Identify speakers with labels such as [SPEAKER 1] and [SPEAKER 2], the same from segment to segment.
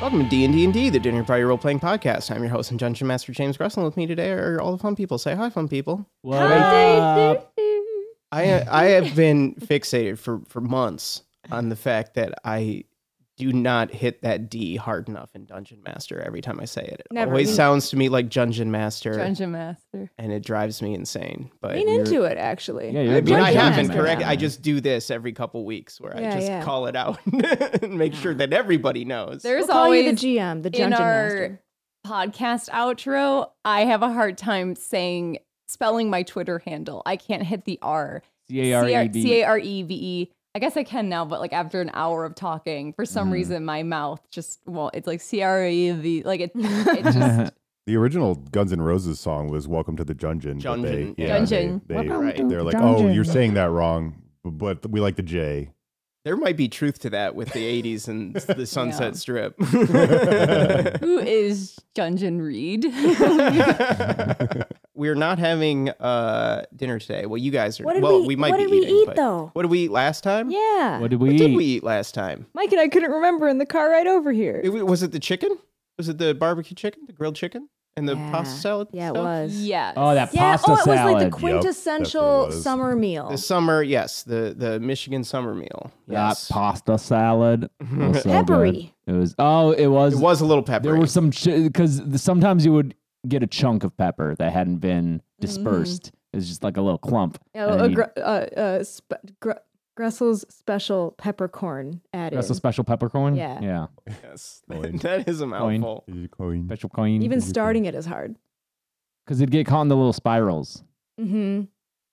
[SPEAKER 1] welcome to D and D and D, the Dinner Party Role Playing Podcast. I'm your host and Dungeon Master James Grusson. With me today are all the fun people. Say hi, fun people.
[SPEAKER 2] What up?
[SPEAKER 1] I I have been fixated for for months on the fact that I do not hit that D hard enough in Dungeon Master every time I say it. It
[SPEAKER 3] Never.
[SPEAKER 1] always
[SPEAKER 3] Me-
[SPEAKER 1] sounds to me like Dungeon Master,
[SPEAKER 3] Dungeon Master.
[SPEAKER 1] and it drives me insane. But
[SPEAKER 3] Lean into it, actually.
[SPEAKER 2] Yeah,
[SPEAKER 1] I
[SPEAKER 2] you're
[SPEAKER 1] mean, I
[SPEAKER 3] Dungeon
[SPEAKER 1] haven't
[SPEAKER 3] Master.
[SPEAKER 1] correct. I just do this every couple weeks where I
[SPEAKER 3] Yeah,
[SPEAKER 1] just
[SPEAKER 3] yeah.
[SPEAKER 1] call it out and make sure that everybody knows.
[SPEAKER 3] There's
[SPEAKER 4] We'll call
[SPEAKER 3] always
[SPEAKER 4] you the GM, the
[SPEAKER 3] in
[SPEAKER 4] dungeon
[SPEAKER 3] our
[SPEAKER 4] master.
[SPEAKER 3] podcast outro. I have a hard time saying spelling my Twitter handle. I can't hit the R.
[SPEAKER 2] C A R E B.
[SPEAKER 3] C A R E V E. I guess I can now, but like after an hour of talking, for some
[SPEAKER 2] Mm.
[SPEAKER 4] Mm-hmm.
[SPEAKER 3] reason my mouth just well, it's like C R E V. Like it, it just
[SPEAKER 5] The original Guns N' Roses song was "Welcome to the Dungeon." but they-
[SPEAKER 1] Dungeon,
[SPEAKER 5] yeah, they-
[SPEAKER 3] Dungeon.
[SPEAKER 5] They,
[SPEAKER 1] Welcome to
[SPEAKER 5] are like, "Oh, you're saying that wrong," but we like the J.
[SPEAKER 1] There might be truth to that with the 80s and the Sunset Strip.
[SPEAKER 3] who is Dungeon Reed?
[SPEAKER 1] We're not having uh, dinner today. Well, you guys are.
[SPEAKER 4] What did
[SPEAKER 1] well,
[SPEAKER 4] we,
[SPEAKER 1] we, might
[SPEAKER 4] what
[SPEAKER 1] be
[SPEAKER 4] did we
[SPEAKER 1] eating,
[SPEAKER 4] eat
[SPEAKER 1] but-
[SPEAKER 4] though?
[SPEAKER 1] What did we eat last time?
[SPEAKER 4] Yeah.
[SPEAKER 2] What did we
[SPEAKER 1] What
[SPEAKER 2] eat?
[SPEAKER 1] did we eat last time?
[SPEAKER 4] Mike and I couldn't remember in the car right over here.
[SPEAKER 1] It wa- was it the chicken? Was it the barbecue chicken, the grilled chicken, and the
[SPEAKER 4] Yeah.
[SPEAKER 1] pasta salad?
[SPEAKER 4] yeah, it
[SPEAKER 1] stuff?
[SPEAKER 4] was.
[SPEAKER 3] yes.
[SPEAKER 2] Oh, that
[SPEAKER 4] Yeah,
[SPEAKER 2] pasta
[SPEAKER 4] oh, it was
[SPEAKER 2] salad.
[SPEAKER 4] like the
[SPEAKER 5] what it
[SPEAKER 4] quintessential
[SPEAKER 5] was.
[SPEAKER 4] summer meal.
[SPEAKER 1] The summer, yes, the the Michigan summer meal.
[SPEAKER 2] that
[SPEAKER 1] Yes.
[SPEAKER 2] pasta salad. was so good.
[SPEAKER 4] Peppery.
[SPEAKER 2] It was. Oh, it was.
[SPEAKER 1] it was a little peppery.
[SPEAKER 2] There were some because sometimes you would get a chunk of pepper that hadn't been dispersed. It was just like a little clump.
[SPEAKER 4] Oh,
[SPEAKER 2] and
[SPEAKER 4] uh,
[SPEAKER 2] then you
[SPEAKER 4] gr- uh, uh, sp- gr- Gressel's special peppercorn added.
[SPEAKER 2] That's a special peppercorn.
[SPEAKER 4] Yeah.
[SPEAKER 2] Yeah.
[SPEAKER 1] Yes.
[SPEAKER 5] Coin.
[SPEAKER 1] that is a
[SPEAKER 2] Coin.
[SPEAKER 1] mouthful.
[SPEAKER 5] Is it coin?
[SPEAKER 2] Special coin.
[SPEAKER 4] Even starting it is hard.
[SPEAKER 2] because it'd get caught in the little spirals.
[SPEAKER 4] Mm-hmm.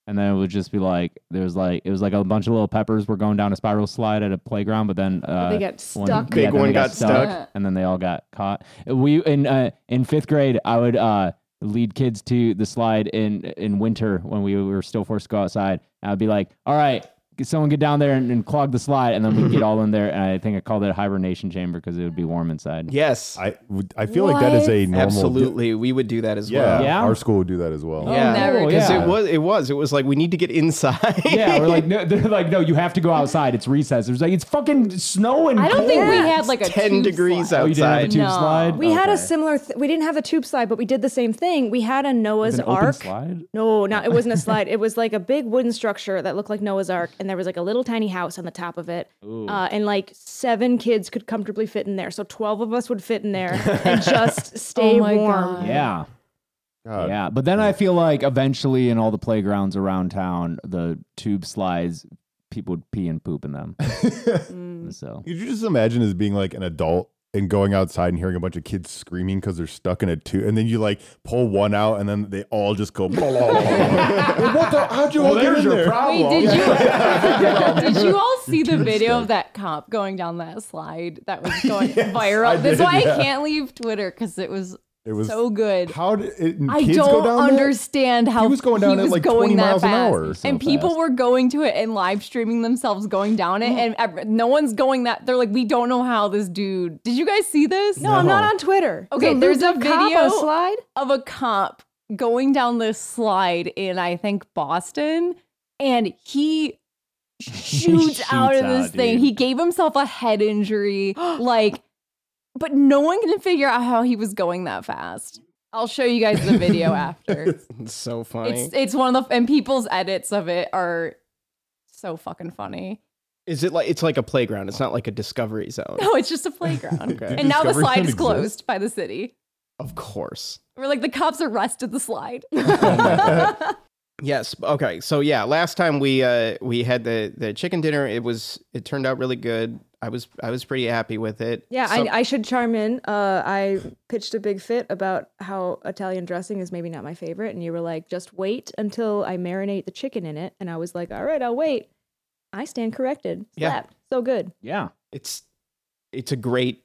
[SPEAKER 2] and then it would just be like there was like it was like a bunch of little peppers were going down a spiral slide at a playground, but then uh,
[SPEAKER 4] they got
[SPEAKER 2] one-
[SPEAKER 4] stuck.
[SPEAKER 2] yeah,
[SPEAKER 1] Big
[SPEAKER 2] then
[SPEAKER 1] one
[SPEAKER 2] they
[SPEAKER 1] got stuck.
[SPEAKER 2] and then they all got caught. We in uh, in fifth grade, I would uh, lead kids to the slide in in winter when we were still forced to go outside. I would be like, "All right, get- someone get down there and, and clog the slide," and then we'd get all in there. And I think I called it a hibernation chamber because it would be warm inside.
[SPEAKER 1] Yes.
[SPEAKER 5] I would- I feel like that is a normal.
[SPEAKER 1] Absolutely. We would do that as
[SPEAKER 5] Yeah,
[SPEAKER 1] well.
[SPEAKER 2] Yeah?
[SPEAKER 5] Our school would do that as well.
[SPEAKER 3] Oh, never.
[SPEAKER 2] Oh,
[SPEAKER 1] Because
[SPEAKER 2] yeah.
[SPEAKER 1] it was it was. It was like we need to get inside.
[SPEAKER 2] yeah, we're like, no, they're like, no, you have to go outside. It's recess. It's like it's fucking snowing.
[SPEAKER 3] I don't think we had like a
[SPEAKER 1] Ten
[SPEAKER 3] tube
[SPEAKER 1] degrees
[SPEAKER 3] slide.
[SPEAKER 2] Oh, you didn't have a
[SPEAKER 1] outside.
[SPEAKER 2] tube
[SPEAKER 3] No.
[SPEAKER 2] slide.
[SPEAKER 4] We had a
[SPEAKER 2] Okay.
[SPEAKER 4] similar. Th- we didn't have a tube slide, but we did the same thing. We had a Noah's
[SPEAKER 2] With an open
[SPEAKER 4] Ark.
[SPEAKER 2] slide?
[SPEAKER 4] No, not it wasn't a slide. It was like a big wooden structure that looked like Noah's Ark, and there was like a little tiny house on the top of it. Uh, and like seven kids could comfortably fit in there, so twelve of us would fit in there and just stay
[SPEAKER 3] Oh my
[SPEAKER 4] warm.
[SPEAKER 3] God.
[SPEAKER 2] Yeah,
[SPEAKER 5] God.
[SPEAKER 2] yeah. But then I feel like eventually, in all the playgrounds around town, the tube slides, people would pee and poop in them. so
[SPEAKER 5] Could you just imagine as being like an adult and going outside and hearing a bunch of kids screaming because they're stuck in a tube, and then you like pull one out, and then they all just go. blah, blah, blah, blah, blah. what the? How'd you all get in there?
[SPEAKER 3] Wait, did you did you all see the video of that cop going down that slide that was going
[SPEAKER 5] I
[SPEAKER 3] viral? That's
[SPEAKER 5] did,
[SPEAKER 3] why
[SPEAKER 5] yeah.
[SPEAKER 3] I can't leave Twitter because it was
[SPEAKER 5] It was
[SPEAKER 3] so good.
[SPEAKER 5] How did it,
[SPEAKER 3] I
[SPEAKER 5] kids
[SPEAKER 3] don't
[SPEAKER 5] go down there?
[SPEAKER 3] understand how
[SPEAKER 5] He was going down at,
[SPEAKER 3] was
[SPEAKER 5] like,
[SPEAKER 3] going
[SPEAKER 5] 20
[SPEAKER 3] that
[SPEAKER 5] miles an
[SPEAKER 3] fast.
[SPEAKER 5] hour.
[SPEAKER 2] So
[SPEAKER 3] and people
[SPEAKER 2] fast.
[SPEAKER 3] were going to it and live streaming themselves going down it, and ev- no one's going that. They're like, we don't know how this dude. Did you guys see this?
[SPEAKER 4] No, I'm not on Twitter.
[SPEAKER 3] Okay,
[SPEAKER 4] Is it
[SPEAKER 3] there's
[SPEAKER 4] Luke
[SPEAKER 3] a
[SPEAKER 4] the Cop on
[SPEAKER 3] video-
[SPEAKER 4] slide.
[SPEAKER 3] of a cop going down this slide in I think Boston, and he shoots
[SPEAKER 2] shoots
[SPEAKER 3] out of
[SPEAKER 2] out,
[SPEAKER 3] this thing.
[SPEAKER 2] dude.
[SPEAKER 3] He gave himself a head injury, like, but no one can figure out how he was going that fast. I'll show you guys the video after.
[SPEAKER 1] It's so funny.
[SPEAKER 3] it's it's one of the and people's edits of it are so fucking funny.
[SPEAKER 1] is it like it's like a playground? It's not like a discovery zone.
[SPEAKER 3] No, it's just a playground.
[SPEAKER 1] Okay.
[SPEAKER 3] And now the slide
[SPEAKER 5] Discovery Zone
[SPEAKER 3] is
[SPEAKER 5] exists?
[SPEAKER 3] closed by the city.
[SPEAKER 1] Of course.
[SPEAKER 3] We're like the cops arrested the slide.
[SPEAKER 1] Yes. Okay. So yeah, last time we uh we had the the chicken dinner. It was it turned out really good. I was I was pretty happy with it.
[SPEAKER 4] Yeah,
[SPEAKER 1] Some-
[SPEAKER 4] I, I should chime in. Uh, I pitched a big fit about how Italian dressing is maybe not my favorite, and you were like, "Just wait until I marinate the chicken in it." And I was like, "All right, I'll wait." I stand corrected.
[SPEAKER 1] Yeah.
[SPEAKER 4] Slapped. So good.
[SPEAKER 2] yeah,
[SPEAKER 1] it's it's a great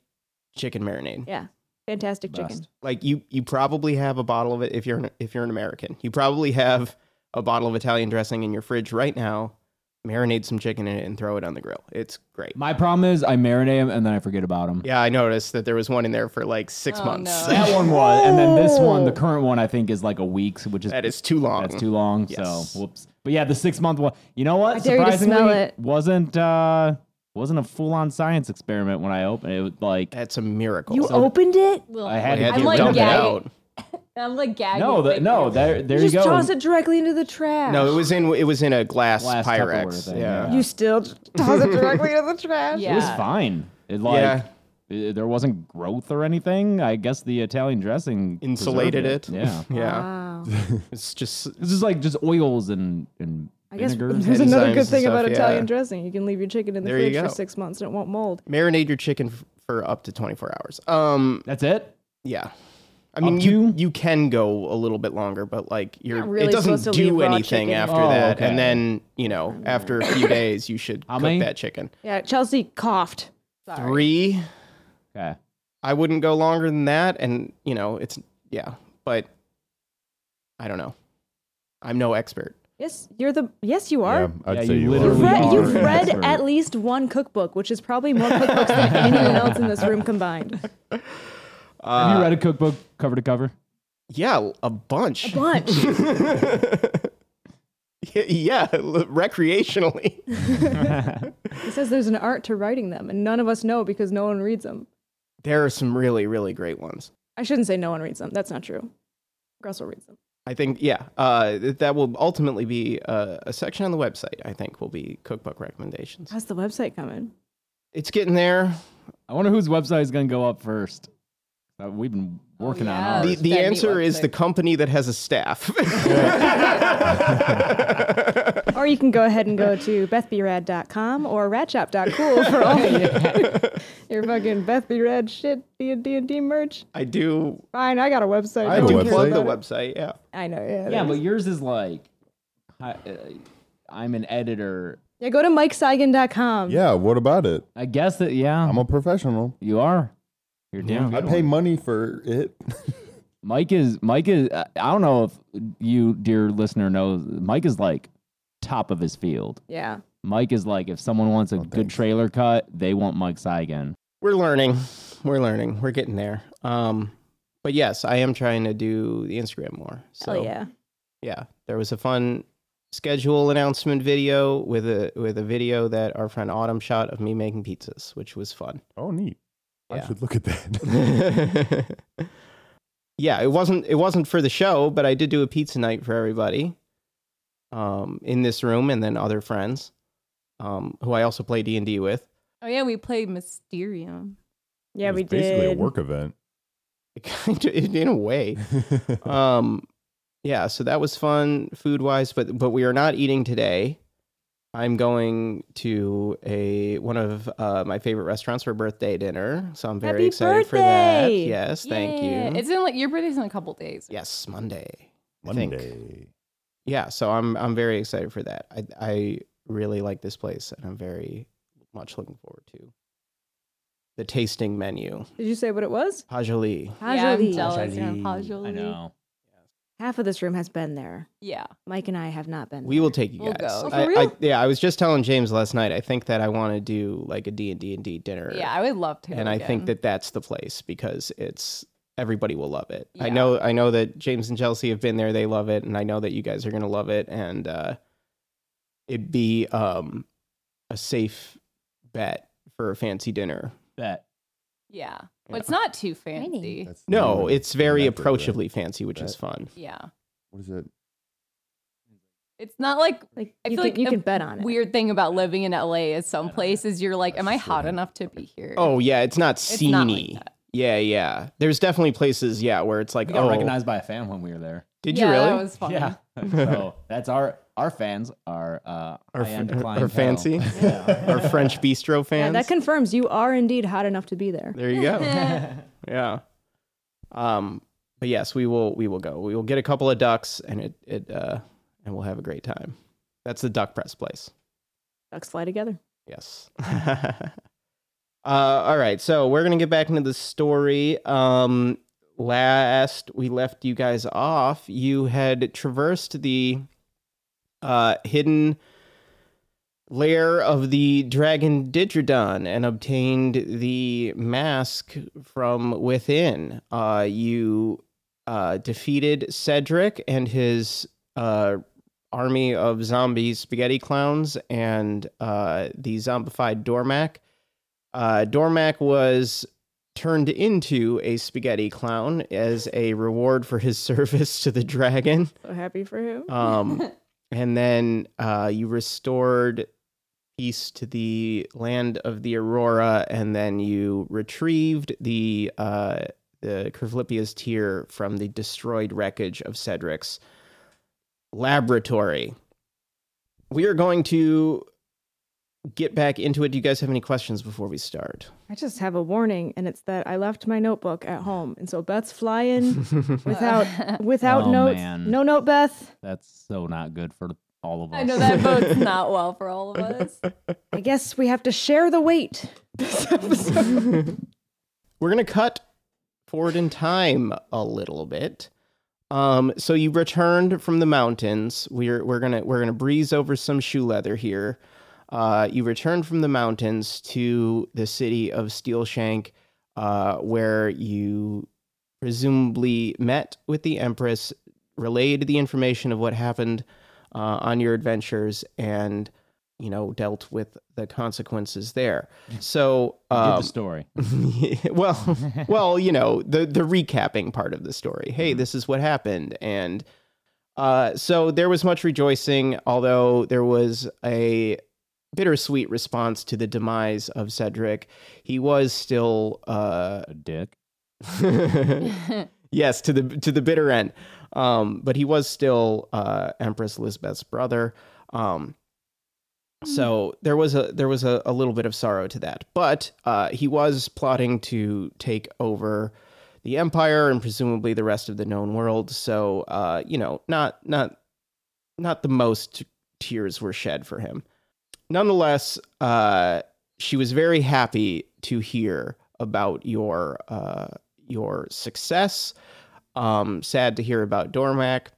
[SPEAKER 1] chicken marinade.
[SPEAKER 4] Yeah, fantastic chicken.
[SPEAKER 2] Best.
[SPEAKER 1] Like you you probably have a bottle of it if you're an, if you're an American. You probably have a bottle of Italian dressing in your fridge right now. Marinate some chicken in it and throw it on the grill. It's great.
[SPEAKER 2] my problem is I marinate them and then I forget about them.
[SPEAKER 1] Yeah, I noticed that there was one in there for like six
[SPEAKER 3] Oh,
[SPEAKER 1] months.
[SPEAKER 3] no.
[SPEAKER 2] That one was, and then this one, the current one, I think is like a week, which is
[SPEAKER 1] that is too long.
[SPEAKER 2] That's too long.
[SPEAKER 1] Yes.
[SPEAKER 2] So whoops. But yeah, the six month one. You know what?
[SPEAKER 4] I dare you to
[SPEAKER 2] Surprisingly,
[SPEAKER 4] smell it.
[SPEAKER 2] wasn't uh It wasn't a full on science experiment when I opened it. it. Was like
[SPEAKER 1] That's a miracle.
[SPEAKER 4] You opened it?
[SPEAKER 2] I
[SPEAKER 1] I had
[SPEAKER 2] had to
[SPEAKER 1] to
[SPEAKER 2] get
[SPEAKER 3] like
[SPEAKER 1] dump it
[SPEAKER 3] gagging.
[SPEAKER 1] out.
[SPEAKER 3] I'm like gagging.
[SPEAKER 2] no, the,
[SPEAKER 3] right
[SPEAKER 2] no,
[SPEAKER 3] here.
[SPEAKER 2] there, there you,
[SPEAKER 4] you just
[SPEAKER 2] go.
[SPEAKER 4] toss it directly into the trash.
[SPEAKER 1] No, it was in it was in a glass,
[SPEAKER 2] Glass Tupperware
[SPEAKER 1] Pyrex.
[SPEAKER 2] thing,
[SPEAKER 1] yeah.
[SPEAKER 2] yeah.
[SPEAKER 4] You still j- toss it directly into the trash.
[SPEAKER 2] It was
[SPEAKER 3] Yeah.
[SPEAKER 2] fine. It like
[SPEAKER 1] Yeah.
[SPEAKER 2] i- there wasn't growth or anything. I guess the Italian dressing
[SPEAKER 1] Insulated it.
[SPEAKER 2] preserved Yeah.
[SPEAKER 1] yeah.
[SPEAKER 3] Uh.
[SPEAKER 4] Wow.
[SPEAKER 1] It's just
[SPEAKER 2] This is like just oils and and
[SPEAKER 4] I guess
[SPEAKER 2] vinegar.
[SPEAKER 4] there's another
[SPEAKER 1] enzymes and
[SPEAKER 4] good thing about
[SPEAKER 1] stuff,
[SPEAKER 4] Italian
[SPEAKER 1] yeah.
[SPEAKER 4] dressing. You can leave your chicken in the
[SPEAKER 1] There you
[SPEAKER 4] fridge
[SPEAKER 1] go.
[SPEAKER 4] for six months and it won't mold.
[SPEAKER 1] marinate your chicken f- for up to 24 hours. Um
[SPEAKER 2] That's it.
[SPEAKER 1] yeah. I mean,
[SPEAKER 2] Up
[SPEAKER 1] you
[SPEAKER 2] to?
[SPEAKER 1] you can go a little bit longer, but like you're
[SPEAKER 4] Not really
[SPEAKER 1] it doesn't
[SPEAKER 4] supposed to
[SPEAKER 1] do
[SPEAKER 4] leave raw
[SPEAKER 1] anything
[SPEAKER 4] chicken.
[SPEAKER 1] after
[SPEAKER 2] Oh,
[SPEAKER 1] that.
[SPEAKER 2] okay.
[SPEAKER 1] And then, you know, after a few days you should
[SPEAKER 2] How
[SPEAKER 1] cook
[SPEAKER 2] many?
[SPEAKER 1] that chicken.
[SPEAKER 4] Yeah, Chelsea coughed.
[SPEAKER 3] Sorry.
[SPEAKER 1] 3
[SPEAKER 2] Okay.
[SPEAKER 1] I wouldn't go longer than that and, you know, it's yeah, but I don't know. I'm no expert.
[SPEAKER 4] Yes, you're the. Yes, you are.
[SPEAKER 5] Yeah, I'd
[SPEAKER 2] Yeah,
[SPEAKER 5] say
[SPEAKER 2] you
[SPEAKER 5] you,
[SPEAKER 4] You've
[SPEAKER 2] literally
[SPEAKER 5] are.
[SPEAKER 4] read,
[SPEAKER 2] are
[SPEAKER 4] you've
[SPEAKER 2] an
[SPEAKER 4] read
[SPEAKER 2] expert.
[SPEAKER 4] at least one cookbook, which is probably more cookbooks than anyone else in this room combined.
[SPEAKER 2] Have you read a cookbook cover to cover?
[SPEAKER 1] Yeah, a bunch.
[SPEAKER 4] Bunch.
[SPEAKER 1] yeah, l- recreationally.
[SPEAKER 4] He says there's an art to writing them, and none of us know because no one reads them.
[SPEAKER 1] There are some really, really great ones.
[SPEAKER 4] I shouldn't say no one reads them. That's not true. Russell reads them.
[SPEAKER 1] I think, yeah, uh, th- that will ultimately be uh, a section on the website, I think, will be cookbook recommendations.
[SPEAKER 4] How's the website coming?
[SPEAKER 1] It's getting there.
[SPEAKER 2] I wonder whose website is gonna go up first. Uh, we've been
[SPEAKER 4] Oh,
[SPEAKER 2] working
[SPEAKER 3] yeah.
[SPEAKER 2] on
[SPEAKER 1] The,
[SPEAKER 2] ours.
[SPEAKER 3] First,
[SPEAKER 1] the
[SPEAKER 3] that'd be
[SPEAKER 1] answer is
[SPEAKER 3] website.
[SPEAKER 1] the company that has a staff.
[SPEAKER 4] Or you can go ahead and go to bethbrad.com or ratchop.cool for all your, your fucking Beth Be Rad shit, D and D and D merch.
[SPEAKER 1] I do
[SPEAKER 4] Fine, I got a website.
[SPEAKER 5] I have a
[SPEAKER 4] one cares
[SPEAKER 5] website.
[SPEAKER 1] plug the
[SPEAKER 4] about it.
[SPEAKER 1] website, yeah.
[SPEAKER 4] I know. Yeah.
[SPEAKER 2] yeah, but yours is like I, uh, I'm an editor.
[SPEAKER 4] yeah. Go to MikeSeigan.com.
[SPEAKER 5] Yeah, what about it?
[SPEAKER 2] I guess that yeah,
[SPEAKER 5] I'm a professional.
[SPEAKER 2] you are. You're damn
[SPEAKER 5] I
[SPEAKER 2] good.
[SPEAKER 5] pay money for it.
[SPEAKER 2] Mike is Mike is. I I don't know if you, dear listener, knows. Mike is like top of his field.
[SPEAKER 4] Yeah.
[SPEAKER 2] Mike is like if someone wants
[SPEAKER 1] Oh,
[SPEAKER 2] a good
[SPEAKER 5] thanks.
[SPEAKER 2] trailer cut, they want Mike Seigan.
[SPEAKER 1] We're learning. We're learning. We're getting there. Um, but yes, I am trying to do the Instagram more. So
[SPEAKER 4] Hell yeah.
[SPEAKER 1] yeah, there was a fun schedule announcement video with a with a video that our friend Autumn shot of me making pizzas, which was fun.
[SPEAKER 5] Oh, neat. I
[SPEAKER 1] Yeah.
[SPEAKER 5] should look at that.
[SPEAKER 1] yeah, it wasn't it wasn't for the show, but I did do a pizza night for everybody um, in this room, and then other friends um, who I also play D and D with.
[SPEAKER 3] Oh yeah, we played Mysterium.
[SPEAKER 4] Yeah,
[SPEAKER 5] It was
[SPEAKER 4] we
[SPEAKER 5] Basically, a
[SPEAKER 4] did.
[SPEAKER 5] work event.
[SPEAKER 1] Kind of in a way. um yeah so that was fun food wise but but we are not eating today i'm going to a one of uh, my favorite restaurants for birthday dinner so i'm very
[SPEAKER 4] Happy
[SPEAKER 1] excited for that
[SPEAKER 4] birthday!
[SPEAKER 1] yes thank
[SPEAKER 3] Yeah,
[SPEAKER 1] you
[SPEAKER 3] It's in like your birthday's in a couple days.
[SPEAKER 1] yes monday I think.
[SPEAKER 5] Monday.
[SPEAKER 1] yeah so i'm i'm very excited for that i i really like this place and i'm very much looking forward to the tasting menu
[SPEAKER 4] Did you say what it was?
[SPEAKER 1] pajoli
[SPEAKER 3] Yeah, I'm
[SPEAKER 4] Pajoli.
[SPEAKER 3] jealous. You're on
[SPEAKER 2] I
[SPEAKER 3] Pajoli.
[SPEAKER 2] know.
[SPEAKER 4] Half of this room has been there.
[SPEAKER 3] Yeah.
[SPEAKER 4] Mike and I have not been.
[SPEAKER 1] We will take you
[SPEAKER 3] We'll
[SPEAKER 1] guys.
[SPEAKER 3] go. Oh,
[SPEAKER 4] for
[SPEAKER 1] I, I,
[SPEAKER 4] real?
[SPEAKER 1] yeah, I was just telling James last night. I think that I want to do like a D and D and D dinner.
[SPEAKER 3] Yeah, I would love to.
[SPEAKER 1] and I think
[SPEAKER 3] again.
[SPEAKER 1] that that's the place because it's everybody will love it. I
[SPEAKER 3] Yeah.
[SPEAKER 1] know. I know that James and Chelsea have been there. They love it, and I know that you guys are gonna love it. And uh, it'd be um, a safe bet for a fancy dinner.
[SPEAKER 2] Bet.
[SPEAKER 3] Yeah. But
[SPEAKER 1] Yeah.
[SPEAKER 3] it's not too
[SPEAKER 4] Tiny.
[SPEAKER 3] fancy.
[SPEAKER 5] That's the
[SPEAKER 1] No,
[SPEAKER 5] name of
[SPEAKER 1] it's very
[SPEAKER 5] method, right?
[SPEAKER 1] approachably fancy, which is
[SPEAKER 5] Bet.
[SPEAKER 1] fun.
[SPEAKER 3] Yeah.
[SPEAKER 5] What is it?
[SPEAKER 3] It's not like
[SPEAKER 4] Like
[SPEAKER 3] I
[SPEAKER 4] you,
[SPEAKER 3] feel
[SPEAKER 4] can,
[SPEAKER 3] like
[SPEAKER 4] you
[SPEAKER 3] a
[SPEAKER 4] can bet on it.
[SPEAKER 3] weird thing about living in LA is some places you're like, Am I
[SPEAKER 5] That's
[SPEAKER 3] hot
[SPEAKER 5] true.
[SPEAKER 3] enough to be here?
[SPEAKER 1] Oh yeah, it's not
[SPEAKER 3] It's not like
[SPEAKER 1] sceney.
[SPEAKER 3] that.
[SPEAKER 1] yeah, yeah. There's definitely places, yeah, where it's like,
[SPEAKER 2] We got
[SPEAKER 1] oh,
[SPEAKER 2] recognized by a fan when we were there.
[SPEAKER 1] did
[SPEAKER 3] yeah,
[SPEAKER 1] you really?
[SPEAKER 3] That was fun.
[SPEAKER 2] Yeah. so that's our our fans are uh
[SPEAKER 1] Our
[SPEAKER 2] high-end
[SPEAKER 1] f- our- our
[SPEAKER 2] clientele.
[SPEAKER 1] fancy?
[SPEAKER 2] Yeah.
[SPEAKER 1] Our French bistro
[SPEAKER 4] Yeah,
[SPEAKER 1] fans.
[SPEAKER 4] that confirms you are indeed hot enough to be there.
[SPEAKER 1] there you go. yeah. Um. But yes, we will. We will go. We will get a couple of ducks, and it it uh, and we'll have a great time. That's the duck press place.
[SPEAKER 4] Ducks fly together.
[SPEAKER 1] Yes. uh. All right. So we're gonna get back into the story. Um. Last we left you guys off, you had traversed the uh hidden lair of the dragon Digidon and obtained the mask from within. Uh, you uh, defeated Cedric and his uh, army of zombie spaghetti clowns and uh, the zombified Dormac. Uh, Dormac was turned into a spaghetti clown as a reward for his service to the dragon.
[SPEAKER 4] So happy for him.
[SPEAKER 1] Um, and then uh, you restored peace to the land of the Aurora, and then you retrieved the uh, the Kerflipia's tear from the destroyed wreckage of Cedric's laboratory. We are going to get back into it. Do you guys have any questions before we start?
[SPEAKER 4] I just have a warning, and it's that I left my notebook at home, and so Beth's flying without without
[SPEAKER 2] Oh,
[SPEAKER 4] notes.
[SPEAKER 2] man.
[SPEAKER 4] No note, Beth.
[SPEAKER 2] That's so not good for all of us.
[SPEAKER 3] I know that bodes not well for all of us.
[SPEAKER 4] I guess we have to share the weight. This episode.
[SPEAKER 1] we're gonna cut forward in time a little bit. Um, so you returned from the mountains. We're we're gonna we're gonna breeze over some shoe leather here. Uh, you returned from the mountains to the city of Steelshank, uh, where you presumably met with the Empress, relayed the information of what happened uh, on your adventures, and you know dealt with the consequences there. So
[SPEAKER 2] Get
[SPEAKER 1] um,
[SPEAKER 2] the story.
[SPEAKER 1] yeah, well, well, you know, the the recapping part of the story. Hey, this is what happened, and uh, so there was much rejoicing, although there was a bittersweet response to the demise of Cedric. He was still, uh,
[SPEAKER 2] A dick.
[SPEAKER 1] yes, to the to the bitter end, um, but he was still uh, Empress Lisbeth's brother. Um, so there was a there was a, a little bit of sorrow to that, but uh, he was plotting to take over the empire and presumably the rest of the known world. So uh, you know, not not not the most tears were shed for him. Nonetheless, uh, she was very happy to hear about your uh, your success. Um, sad to hear about Dormac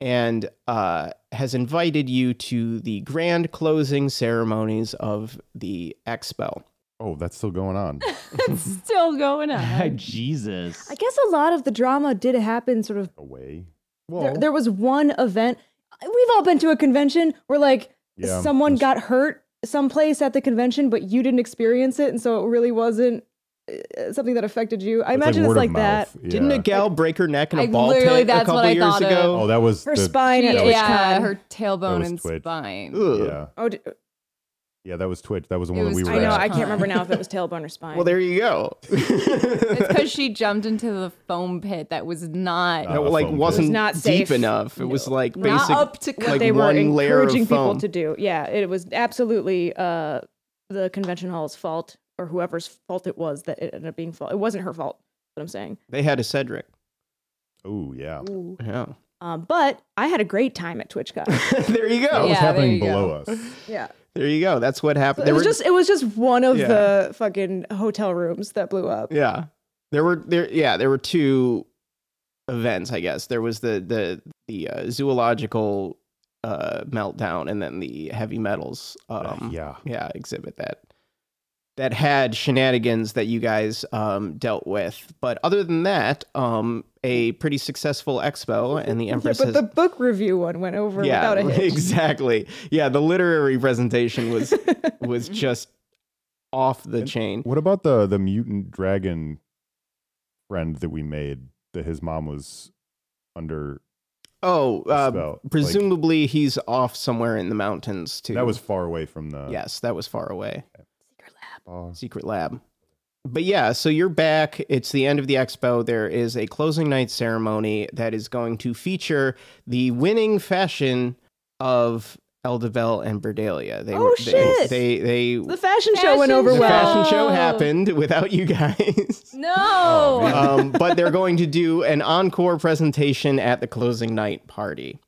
[SPEAKER 1] and uh, has invited you to the grand closing ceremonies of the expo.
[SPEAKER 5] Oh, that's still going on.
[SPEAKER 3] it's still going on.
[SPEAKER 2] Jesus.
[SPEAKER 4] I guess a lot of the drama did happen sort of
[SPEAKER 5] Away. Oh.
[SPEAKER 4] There, there was one event. We've all been to a convention where like
[SPEAKER 5] Yeah,
[SPEAKER 4] someone
[SPEAKER 5] that's-
[SPEAKER 4] got hurt someplace at the convention, but you didn't experience it, and so it really wasn't uh, something that affected you. I imagine it's
[SPEAKER 5] word of
[SPEAKER 4] like that.
[SPEAKER 5] mouth,
[SPEAKER 1] Didn't
[SPEAKER 5] yeah.
[SPEAKER 1] a gal break her neck in a
[SPEAKER 3] I
[SPEAKER 1] ball pit
[SPEAKER 3] literally-
[SPEAKER 1] a
[SPEAKER 3] that's what
[SPEAKER 1] couple
[SPEAKER 3] I
[SPEAKER 1] years
[SPEAKER 3] thought of.
[SPEAKER 1] ago?
[SPEAKER 5] Oh, that was
[SPEAKER 4] Her
[SPEAKER 5] the-
[SPEAKER 4] spine at
[SPEAKER 5] that
[SPEAKER 4] TwitchCon.
[SPEAKER 5] was-
[SPEAKER 3] yeah, her
[SPEAKER 5] That
[SPEAKER 3] tailbone
[SPEAKER 5] was
[SPEAKER 3] and
[SPEAKER 5] Twitch.
[SPEAKER 3] spine.
[SPEAKER 1] Ugh.
[SPEAKER 5] Yeah,
[SPEAKER 4] Oh, d-
[SPEAKER 5] yeah, that was Twitch. That was the
[SPEAKER 3] It
[SPEAKER 5] one
[SPEAKER 3] was
[SPEAKER 5] we were.
[SPEAKER 4] I know.
[SPEAKER 5] at.
[SPEAKER 4] I can't remember now if it was tailbone or spine.
[SPEAKER 1] Well, there you go.
[SPEAKER 3] It's because she jumped into the foam pit that was not
[SPEAKER 5] Not
[SPEAKER 1] That like
[SPEAKER 5] phone
[SPEAKER 1] wasn't
[SPEAKER 4] pit. Not
[SPEAKER 1] deep
[SPEAKER 4] safe.
[SPEAKER 1] enough. It was like
[SPEAKER 3] not
[SPEAKER 1] basic,
[SPEAKER 3] up to
[SPEAKER 1] like
[SPEAKER 4] they were
[SPEAKER 1] one layer of
[SPEAKER 4] encouraging people
[SPEAKER 1] foam.
[SPEAKER 4] to do. Yeah, it was absolutely uh, the convention hall's fault or whoever's fault it was that it ended up being fault. It wasn't her fault. What I'm saying.
[SPEAKER 1] They had a Cedric.
[SPEAKER 5] Oh yeah,
[SPEAKER 1] Yeah.
[SPEAKER 4] Um, but I had a great time at TwitchCon.
[SPEAKER 1] there you
[SPEAKER 5] that
[SPEAKER 1] go.
[SPEAKER 5] was
[SPEAKER 3] Yeah, there
[SPEAKER 5] happening
[SPEAKER 3] you go.
[SPEAKER 5] below us.
[SPEAKER 4] yeah.
[SPEAKER 1] There you go. That's what happened.
[SPEAKER 4] it
[SPEAKER 1] There
[SPEAKER 4] was
[SPEAKER 1] were-
[SPEAKER 4] just it was just one of
[SPEAKER 1] Yeah.
[SPEAKER 4] the fucking hotel rooms that blew up.
[SPEAKER 1] Yeah. There were there yeah, there were two events, I guess. There was the the the uh, zoological uh meltdown and then the heavy metals um
[SPEAKER 5] yeah,
[SPEAKER 1] yeah, exhibit that that had shenanigans that you guys um dealt with. But other than that, um a pretty successful expo and the
[SPEAKER 4] Yeah,
[SPEAKER 1] Empress
[SPEAKER 4] but
[SPEAKER 1] has
[SPEAKER 4] the book review one went over
[SPEAKER 1] yeah,
[SPEAKER 4] without a hitch.
[SPEAKER 1] exactly. Yeah, the literary presentation was was just off the
[SPEAKER 5] And
[SPEAKER 1] chain.
[SPEAKER 5] What about the the mutant dragon friend that we made? That his mom was under.
[SPEAKER 1] Oh,
[SPEAKER 5] a
[SPEAKER 1] uh,
[SPEAKER 5] spell? Like,
[SPEAKER 1] Presumably, he's off somewhere in the mountains too.
[SPEAKER 5] that was uh, far away from the.
[SPEAKER 1] yes, that was far away.
[SPEAKER 5] Far-
[SPEAKER 1] Secret lab. But yeah, so you're back. It's the end of the expo. There is a closing night ceremony that is going to feature the winning fashion of Eldebel and Berdalia. They
[SPEAKER 4] Oh,
[SPEAKER 1] were,
[SPEAKER 4] shit!
[SPEAKER 1] They they, they
[SPEAKER 4] The fashion show went
[SPEAKER 3] Fashion
[SPEAKER 4] over
[SPEAKER 1] the
[SPEAKER 4] well.
[SPEAKER 1] fashion show
[SPEAKER 3] show.
[SPEAKER 1] happened without you guys.
[SPEAKER 3] No.
[SPEAKER 1] um, but they're going to do an encore presentation at the closing night party.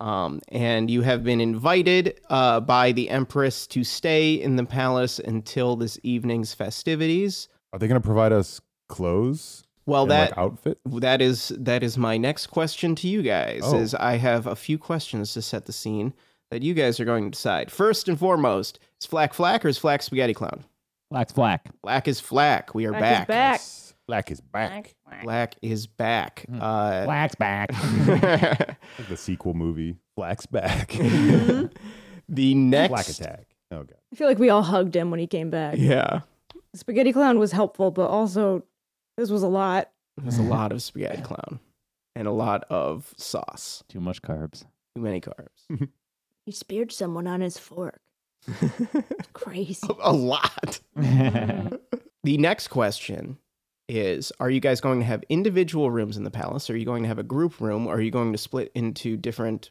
[SPEAKER 1] Um, and you have been invited uh, by the Empress to stay in the palace until this evening's festivities.
[SPEAKER 5] Are they going to provide us clothes?
[SPEAKER 1] Well,
[SPEAKER 5] and,
[SPEAKER 1] that
[SPEAKER 5] like, outfit.
[SPEAKER 1] that is that is my next question to you guys.
[SPEAKER 5] Oh.
[SPEAKER 1] Is I have a few questions to set the scene that you guys are going to decide. First and foremost, is Flack Flack or is Flack Spaghetti Clown?
[SPEAKER 2] Black's black.
[SPEAKER 1] Black is Flack. We are
[SPEAKER 4] Black is
[SPEAKER 1] back.
[SPEAKER 4] back.
[SPEAKER 5] Black is back. Hmm.
[SPEAKER 1] Black is back. Uh,
[SPEAKER 2] Black's back.
[SPEAKER 5] Like the sequel movie. flax back.
[SPEAKER 1] The
[SPEAKER 5] Black
[SPEAKER 1] next.
[SPEAKER 5] attack. Oh god.
[SPEAKER 4] I feel like we all hugged him when he came back.
[SPEAKER 1] Yeah.
[SPEAKER 4] Spaghetti Clown was helpful, but also this was a lot.
[SPEAKER 1] There's a lot of spaghetti clown and a lot of sauce.
[SPEAKER 2] Too much carbs.
[SPEAKER 1] Too many carbs.
[SPEAKER 4] He speared someone on his fork. Crazy.
[SPEAKER 1] A- a lot. The next question is Are you guys going to have individual rooms in the palace? Are you going to have a group room? Are you going to split into different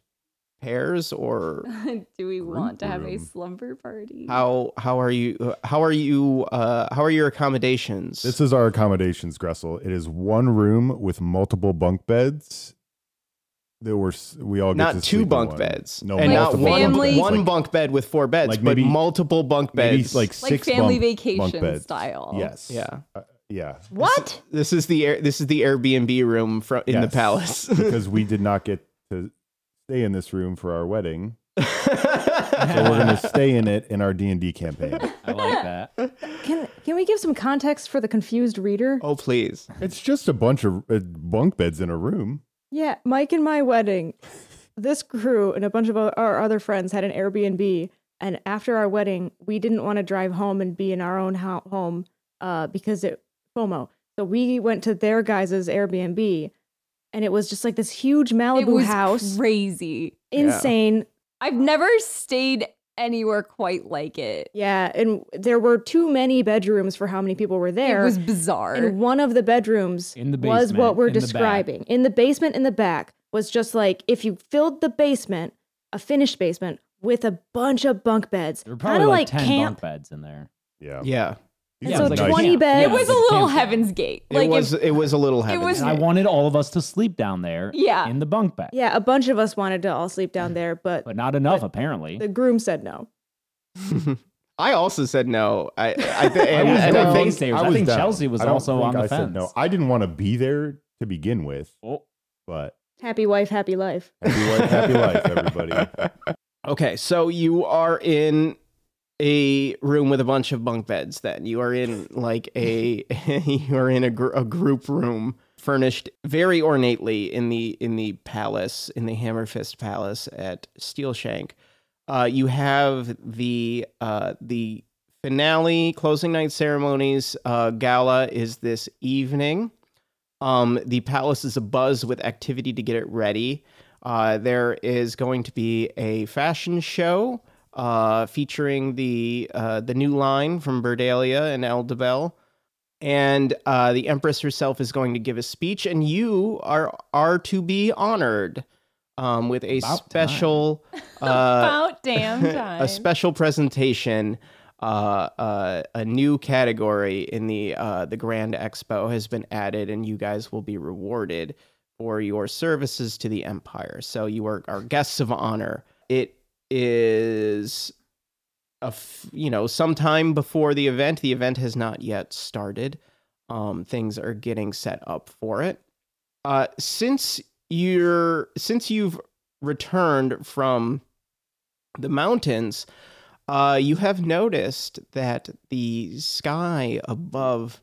[SPEAKER 1] pairs or
[SPEAKER 3] Do we want to have a
[SPEAKER 5] room.
[SPEAKER 3] slumber party?
[SPEAKER 1] how how are you how are you uh how are your accommodations
[SPEAKER 5] This is our accommodations, Gressel. It is one room with multiple bunk beds. There were s- we all get
[SPEAKER 1] not
[SPEAKER 5] to sleep
[SPEAKER 1] two
[SPEAKER 5] in
[SPEAKER 1] bunk
[SPEAKER 5] one.
[SPEAKER 1] beds
[SPEAKER 5] No,
[SPEAKER 1] and not
[SPEAKER 5] multiple
[SPEAKER 1] one
[SPEAKER 5] bunk beds.
[SPEAKER 3] Family-
[SPEAKER 1] one
[SPEAKER 5] Like-
[SPEAKER 1] bunk bed with four beds
[SPEAKER 5] like
[SPEAKER 1] but
[SPEAKER 5] maybe-
[SPEAKER 1] multiple bunk
[SPEAKER 5] maybe
[SPEAKER 1] beds
[SPEAKER 5] like
[SPEAKER 3] like
[SPEAKER 5] six
[SPEAKER 3] family
[SPEAKER 5] bunk- bunk
[SPEAKER 3] vacation
[SPEAKER 5] beds.
[SPEAKER 3] style.
[SPEAKER 5] Yes.
[SPEAKER 1] yeah
[SPEAKER 5] Yeah.
[SPEAKER 4] What?
[SPEAKER 1] this is the air this is the airbnb room from in the
[SPEAKER 5] Yes.
[SPEAKER 1] palace
[SPEAKER 5] because we did not get to stay in this room for our wedding, so we're going to stay in it in our D and D campaign.
[SPEAKER 2] I like that.
[SPEAKER 4] Can can we give some context for the confused reader?
[SPEAKER 1] oh please
[SPEAKER 5] It's just a bunch of uh, bunk beds in a room.
[SPEAKER 4] Yeah, Mike and my wedding. This crew and a bunch of o- our other friends had an Airbnb, and after our wedding, we didn't want to drive home and be in our own ho- home uh, because it FOMO. So we went to their guys' Airbnb, and it was just like this huge Malibu
[SPEAKER 3] It was
[SPEAKER 4] house,
[SPEAKER 3] crazy.
[SPEAKER 4] insane.
[SPEAKER 3] I've never stayed anywhere quite like it.
[SPEAKER 4] Yeah, and there were too many bedrooms for how many people were there.
[SPEAKER 3] It was bizarre.
[SPEAKER 4] and one of the bedrooms
[SPEAKER 2] In the
[SPEAKER 4] was
[SPEAKER 2] basement,
[SPEAKER 4] what we're
[SPEAKER 2] in the back.
[SPEAKER 4] describing in the basement in the back was just like if you filled the basement a finished basement with a bunch of bunk beds
[SPEAKER 2] There were
[SPEAKER 4] kind
[SPEAKER 2] probably
[SPEAKER 4] of
[SPEAKER 2] like,
[SPEAKER 4] like,
[SPEAKER 2] 10 bunk
[SPEAKER 4] camp
[SPEAKER 2] beds in there.
[SPEAKER 5] Yeah.
[SPEAKER 1] yeah
[SPEAKER 5] These
[SPEAKER 4] Yeah,
[SPEAKER 5] are
[SPEAKER 4] so
[SPEAKER 2] it was like a
[SPEAKER 4] 20
[SPEAKER 2] camp.
[SPEAKER 4] beds.
[SPEAKER 3] it was a little
[SPEAKER 2] camp.
[SPEAKER 3] Heaven's Gate.
[SPEAKER 1] it was uh, it, was a little heavy
[SPEAKER 3] was-
[SPEAKER 2] And I wanted all of us to sleep down there
[SPEAKER 3] Yeah.
[SPEAKER 2] in the bunk bed,
[SPEAKER 4] yeah a bunch of us wanted to all sleep down there but
[SPEAKER 2] but not enough apparently.
[SPEAKER 4] the groom said no
[SPEAKER 1] I also said no. I, I, th-
[SPEAKER 2] I
[SPEAKER 1] and,
[SPEAKER 2] was
[SPEAKER 1] and
[SPEAKER 2] down.
[SPEAKER 1] I think
[SPEAKER 2] Stairs. I
[SPEAKER 5] was
[SPEAKER 2] think
[SPEAKER 5] down.
[SPEAKER 2] Chelsea was
[SPEAKER 5] I don't
[SPEAKER 2] also
[SPEAKER 5] think
[SPEAKER 2] on the
[SPEAKER 5] I said
[SPEAKER 2] fence.
[SPEAKER 5] No, I didn't want to be there to begin with,
[SPEAKER 2] Oh,
[SPEAKER 5] but
[SPEAKER 4] happy wife happy life
[SPEAKER 5] happy life, happy life everybody.
[SPEAKER 1] okay. So you are in a room with a bunch of bunk beds. Then you are in like a you are in a, gr- a group room furnished very ornately in the in the palace in the Hammerfist Palace at Steelshank. Uh, you have the uh, the finale closing night ceremonies uh, gala is this evening. Um, the palace is abuzz with activity to get it ready. Uh, there is going to be a fashion show uh, featuring the uh, the new line from Berdalia and Eldebel. And uh, the Empress herself is going to give a speech, and you are are to be honored um, with a
[SPEAKER 2] About time.
[SPEAKER 1] special uh,
[SPEAKER 3] about damn time.
[SPEAKER 1] a special presentation, uh, uh, a new category in the uh, the Grand Expo has been added, and you guys will be rewarded for your services to the Empire. So you are our guests of honor. It is a f- you know sometime before the event. The event has not yet started. Um, things are getting set up for it. Uh, since you're since you've returned from the mountains, uh, you have noticed that the sky above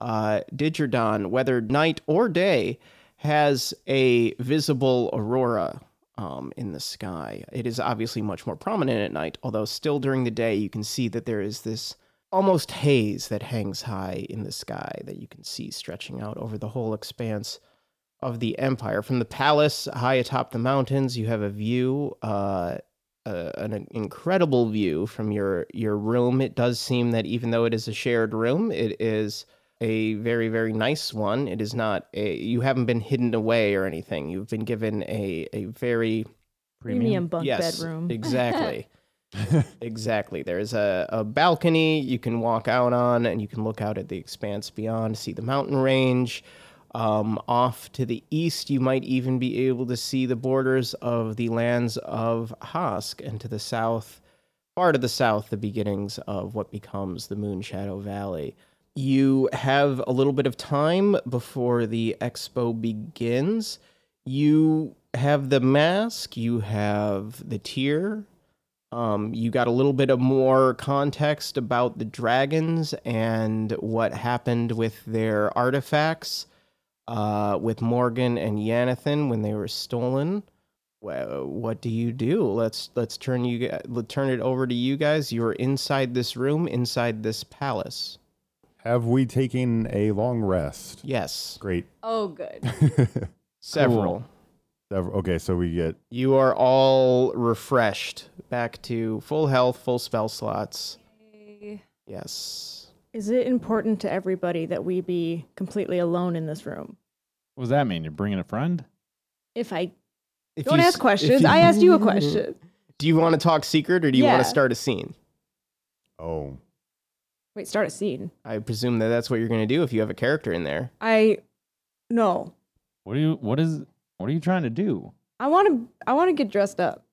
[SPEAKER 1] uh, Digerdon, whether night or day, has a visible aurora um, in the sky. It is obviously much more prominent at night, although still during the day you can see that there is this almost haze that hangs high in the sky that you can see stretching out over the whole expanse of the empire. From the palace high atop the mountains, you have a view. Uh, a, an incredible view from your your room. It does seem that even though it is a shared room, it is a very very nice one. It is not a you haven't been hidden away or anything. You've been given a a very
[SPEAKER 4] premium, bunk
[SPEAKER 1] yes
[SPEAKER 4] bedroom
[SPEAKER 1] exactly. exactly. There's a, a balcony you can walk out on, and you can look out at the expanse beyond, see the mountain range. Um, off to the east, you might even be able to see the borders of the lands of Hosk, and to the south, far to the south, the beginnings of what becomes the Moonshadow Valley. You have a little bit of time before the expo begins. You have the mask, you have the tier, um, you got a little bit of more context about the dragons and what happened with their artifacts uh, with Morgan and Yanathan when they were stolen. well, what do you do? Let's let's turn you gu- let turn it over to you guys. You're inside this room, inside this palace.
[SPEAKER 5] Have we taken a long rest?
[SPEAKER 1] Yes,
[SPEAKER 5] Great.
[SPEAKER 3] Oh, good.
[SPEAKER 1] several.
[SPEAKER 5] Sever- Okay, so we get
[SPEAKER 1] You are all refreshed, back to full health, full spell slots. Yes.
[SPEAKER 4] Is it important to everybody that we be completely alone in this room?
[SPEAKER 2] What does that mean? You're bringing a friend?
[SPEAKER 4] If I
[SPEAKER 1] If
[SPEAKER 4] don't
[SPEAKER 1] you s-
[SPEAKER 4] ask
[SPEAKER 1] if
[SPEAKER 4] questions,
[SPEAKER 1] you-
[SPEAKER 4] I asked you a question.
[SPEAKER 1] Do you want to talk secret or do you want
[SPEAKER 4] Yeah.
[SPEAKER 1] to start a scene?
[SPEAKER 5] oh
[SPEAKER 4] Wait, start a scene.
[SPEAKER 1] I presume that that's what you're going to do if you have a character in there.
[SPEAKER 4] I no.
[SPEAKER 2] What do you? What is? What are you trying to do?
[SPEAKER 4] I want to. I want to get dressed up.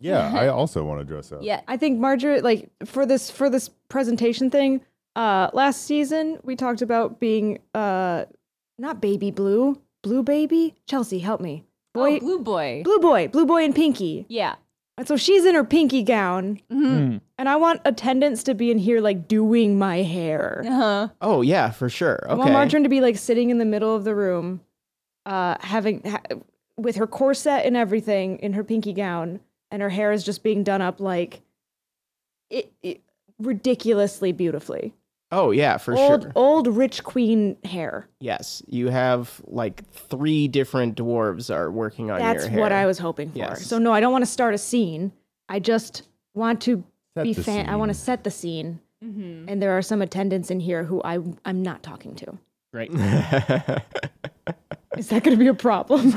[SPEAKER 5] yeah, I also want to dress up.
[SPEAKER 3] Yeah.
[SPEAKER 4] I think Marjorie, like for this for this presentation thing, uh, last season we talked about being uh, not baby blue, blue baby. Chelsea, help me. Boy,
[SPEAKER 3] Oh, blue boy.
[SPEAKER 4] blue boy, blue boy, and pinky.
[SPEAKER 3] Yeah. Mm-hmm.
[SPEAKER 4] And so she's in her pinky gown,
[SPEAKER 2] Hmm.
[SPEAKER 4] and I want attendants to be in here like doing my hair.
[SPEAKER 3] Uh-huh.
[SPEAKER 1] Oh, yeah, for sure.
[SPEAKER 4] I want
[SPEAKER 1] Okay.
[SPEAKER 4] Marjorie to be like sitting in the middle of the room, uh, having ha- with her corset and everything in her pinky gown, and her hair is just being done up like it, it- ridiculously beautifully.
[SPEAKER 1] oh, yeah, for
[SPEAKER 4] old
[SPEAKER 1] sure.
[SPEAKER 4] old rich queen hair.
[SPEAKER 1] Yes, you have like three different dwarves are working on
[SPEAKER 4] That's
[SPEAKER 1] your hair.
[SPEAKER 4] what I was hoping for.
[SPEAKER 1] Yes.
[SPEAKER 4] So no, I don't want to start a scene. I just want to
[SPEAKER 5] Set
[SPEAKER 4] be
[SPEAKER 5] the
[SPEAKER 4] fan. I want to
[SPEAKER 5] scene.
[SPEAKER 4] set the scene. And there are some attendants in here who I I'm not talking to.
[SPEAKER 2] Great.
[SPEAKER 4] Is that going to be a problem?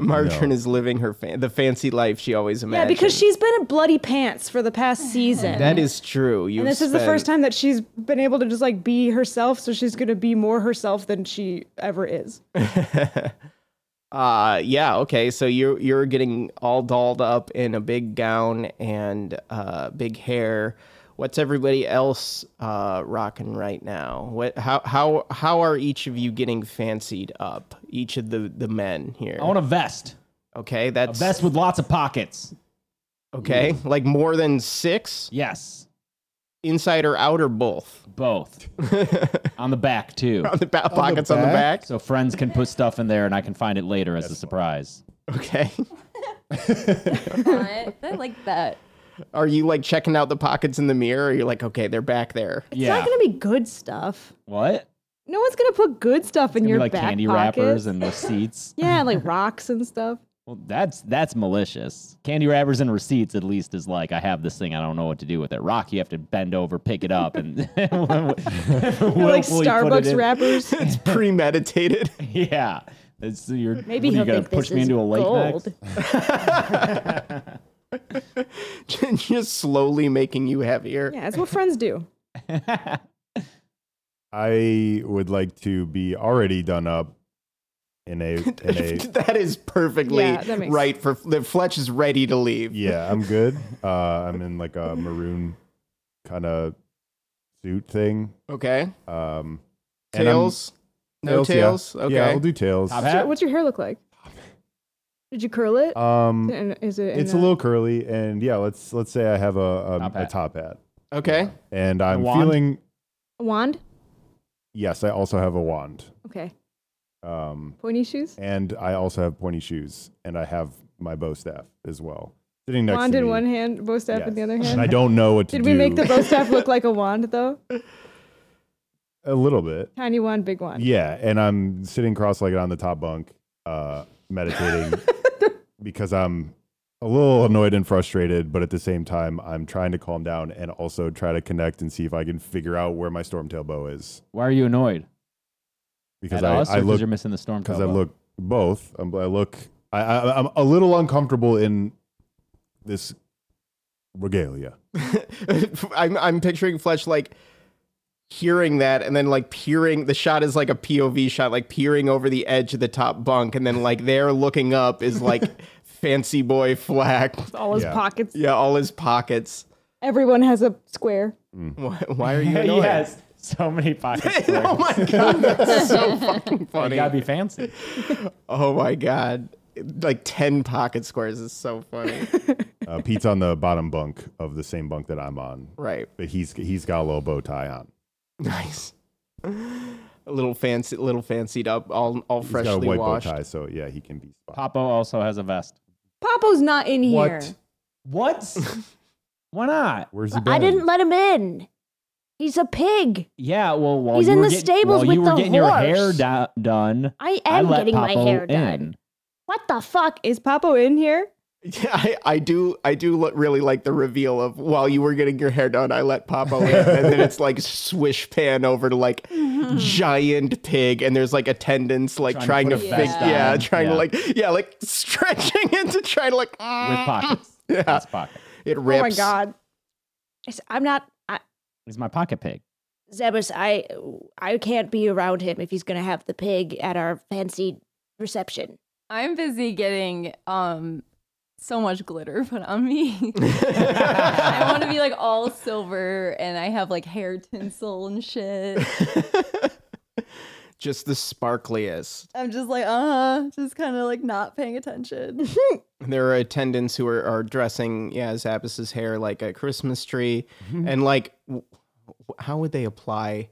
[SPEAKER 1] Marjorie is living her fan- the fancy life she always
[SPEAKER 4] yeah,
[SPEAKER 1] imagined.
[SPEAKER 4] because she's been a bloody pants for the past season.
[SPEAKER 1] that is true. You
[SPEAKER 4] And this is the first time that she's been able to just like be herself, so she's gonna be more herself than she ever is.
[SPEAKER 1] Uh yeah, okay. So you're you're getting all dolled up in a big gown and uh big hair. What's everybody else uh rocking right now? What how how how are each of you getting fancied up? Each of the the men here.
[SPEAKER 2] I want a vest.
[SPEAKER 1] Okay,
[SPEAKER 2] A
[SPEAKER 1] that's
[SPEAKER 2] vest with lots of pockets.
[SPEAKER 1] okay. Like more than six?
[SPEAKER 2] Yes,
[SPEAKER 1] Inside or out or both?
[SPEAKER 2] both on the back too,
[SPEAKER 1] On the back pockets on the back.
[SPEAKER 2] so friends can put stuff in there, and I can find it later as a surprise.
[SPEAKER 1] Okay.
[SPEAKER 3] Alright. I like that.
[SPEAKER 1] Are you like checking out the pockets in the mirror? Or you're like, okay, they're back there.
[SPEAKER 4] It's
[SPEAKER 2] Yeah.
[SPEAKER 4] not gonna be good stuff.
[SPEAKER 2] What?
[SPEAKER 4] No one's gonna put good stuff in
[SPEAKER 2] Gonna
[SPEAKER 4] your
[SPEAKER 2] be like
[SPEAKER 4] back
[SPEAKER 2] candy
[SPEAKER 4] pocket.
[SPEAKER 2] wrappers and receipts.
[SPEAKER 4] yeah, like rocks and stuff.
[SPEAKER 2] Well, that's that's malicious. Candy wrappers and receipts, at least, is like I have this thing. I don't know what to do with it. Rock, you have to bend over, pick it up, and
[SPEAKER 4] Or, like
[SPEAKER 2] willfully put it
[SPEAKER 4] Starbucks
[SPEAKER 2] in.
[SPEAKER 4] wrappers.
[SPEAKER 1] It's premeditated.
[SPEAKER 2] Yeah, that's you're.
[SPEAKER 4] Maybe
[SPEAKER 2] what,
[SPEAKER 4] he'll
[SPEAKER 2] you gonna
[SPEAKER 4] think
[SPEAKER 2] push
[SPEAKER 4] this
[SPEAKER 2] me
[SPEAKER 4] is
[SPEAKER 2] into a lake
[SPEAKER 4] gold.
[SPEAKER 2] next?
[SPEAKER 1] just slowly making you heavier.
[SPEAKER 4] yeah, that's what friends do.
[SPEAKER 5] I would like to be already done up in a in a
[SPEAKER 1] that is perfectly
[SPEAKER 4] Yeah, that makes-
[SPEAKER 1] right for the Fletch is ready to leave.
[SPEAKER 5] yeah, I'm good. Uh I'm in like a maroon kind of suit thing.
[SPEAKER 1] Okay.
[SPEAKER 5] Um and I'm-
[SPEAKER 1] Tails. No
[SPEAKER 5] yeah.
[SPEAKER 1] tails.
[SPEAKER 5] Yeah,
[SPEAKER 1] Okay.
[SPEAKER 5] I'll do tails.
[SPEAKER 2] Top
[SPEAKER 4] What's your,
[SPEAKER 2] hat.
[SPEAKER 4] what's your hair look like? Did you curl it?
[SPEAKER 5] Um
[SPEAKER 4] And is it? in
[SPEAKER 5] it's a little curly and yeah, let's let's say I have a a
[SPEAKER 2] Top
[SPEAKER 5] top a
[SPEAKER 2] hat.
[SPEAKER 5] top hat.
[SPEAKER 1] okay.
[SPEAKER 5] And I'm
[SPEAKER 2] wand?
[SPEAKER 5] feeling
[SPEAKER 4] wand.
[SPEAKER 5] yes, I also have a wand.
[SPEAKER 4] Okay,
[SPEAKER 5] Um
[SPEAKER 4] pointy shoes.
[SPEAKER 5] and I also have pointy shoes and I have my bow staff as well. Sitting next
[SPEAKER 4] Wand
[SPEAKER 5] to
[SPEAKER 4] in
[SPEAKER 5] me.
[SPEAKER 4] one hand, bow staff in the
[SPEAKER 5] Yes.
[SPEAKER 4] other
[SPEAKER 5] And I
[SPEAKER 4] hand.
[SPEAKER 5] don't know what to
[SPEAKER 4] Did
[SPEAKER 5] do.
[SPEAKER 4] we make the bow staff look like a wand though?
[SPEAKER 5] a little bit?
[SPEAKER 4] Tiny wand, big wand.
[SPEAKER 5] Yeah, and I'm sitting cross-legged on the top bunk, uh, meditating because I'm a little annoyed and frustrated, but at the same time, I'm trying to calm down and also try to connect and see if I can figure out where my stormtail bow is
[SPEAKER 2] Why are you annoyed?
[SPEAKER 5] because
[SPEAKER 2] At
[SPEAKER 5] I,
[SPEAKER 2] us, or
[SPEAKER 5] I look
[SPEAKER 2] you're missing the storm.
[SPEAKER 5] because I
[SPEAKER 2] combo?
[SPEAKER 5] look both. I'm, I look. I, I, I'm a little uncomfortable in this regalia.
[SPEAKER 1] I'm I'm picturing Fletch like hearing that and then like peering the shot is like a POV shot, like peering over the edge of the top bunk, and then like there looking up is like fancy boy flack.
[SPEAKER 4] All his
[SPEAKER 5] Yeah.
[SPEAKER 4] pockets.
[SPEAKER 1] Yeah, all his pockets.
[SPEAKER 4] Everyone has a square.
[SPEAKER 1] Why, why are you annoyed?
[SPEAKER 2] yes, so many pockets. for
[SPEAKER 1] oh
[SPEAKER 2] it.
[SPEAKER 1] my god, that's so fucking
[SPEAKER 2] you
[SPEAKER 1] funny.
[SPEAKER 2] gotta be fancy.
[SPEAKER 1] oh my god, like ten pocket squares is so funny.
[SPEAKER 5] Uh, Pete's on the bottom bunk of the same bunk that I'm on,
[SPEAKER 1] right,
[SPEAKER 5] but he's he's got a little bow tie on.
[SPEAKER 1] nice. A little fancy, little fancied up, all all
[SPEAKER 5] He's got a
[SPEAKER 1] freshly
[SPEAKER 5] white
[SPEAKER 1] washed.
[SPEAKER 5] bow tie, so yeah, he can be spotted.
[SPEAKER 2] Popo also has a vest.
[SPEAKER 4] Papo's not in here.
[SPEAKER 5] What?
[SPEAKER 2] What? Why not?
[SPEAKER 5] Where's he been?
[SPEAKER 6] I didn't let him in. He's a pig.
[SPEAKER 2] Yeah, well, while
[SPEAKER 6] He's
[SPEAKER 2] you
[SPEAKER 6] in
[SPEAKER 2] were
[SPEAKER 6] the
[SPEAKER 2] getting,
[SPEAKER 6] stables
[SPEAKER 2] while you
[SPEAKER 6] with
[SPEAKER 2] were
[SPEAKER 6] the
[SPEAKER 2] getting your hair
[SPEAKER 6] horse.
[SPEAKER 2] da- done,
[SPEAKER 6] I
[SPEAKER 2] I
[SPEAKER 6] am
[SPEAKER 2] let
[SPEAKER 6] getting my
[SPEAKER 2] Papo
[SPEAKER 6] hair
[SPEAKER 2] in.
[SPEAKER 6] done. What the fuck?
[SPEAKER 4] Is Papo in here?
[SPEAKER 1] Yeah, I, I do I do look really like the reveal of while you were getting your hair done, I let Papa in, and then it's like swish pan over to like giant pig, and there's like attendants like
[SPEAKER 2] Trying
[SPEAKER 1] trying,
[SPEAKER 2] to
[SPEAKER 1] to
[SPEAKER 3] put a
[SPEAKER 1] fig-
[SPEAKER 3] vest
[SPEAKER 1] yeah,
[SPEAKER 2] on.
[SPEAKER 1] trying
[SPEAKER 2] Yeah.
[SPEAKER 1] to like yeah, like stretching it to try to like
[SPEAKER 2] with pockets.
[SPEAKER 1] Yeah.
[SPEAKER 2] That's pocket.
[SPEAKER 1] It rips.
[SPEAKER 6] Oh my god. It's- I'm not. I,
[SPEAKER 2] He's my pocket pig.
[SPEAKER 6] Zebus, I I can't be around him if he's gonna have the pig at our fancy reception.
[SPEAKER 3] I'm busy getting um so much glitter put on me. I want to be like all silver and I have like hair tinsel and shit.
[SPEAKER 1] Just the sparkliest.
[SPEAKER 3] I'm just like, uh huh, just kind of like not paying attention.
[SPEAKER 1] there are attendants who are, are dressing yeah Zappas's hair like a Christmas tree,
[SPEAKER 2] Mm-hmm.
[SPEAKER 1] and like w- w- how would they apply?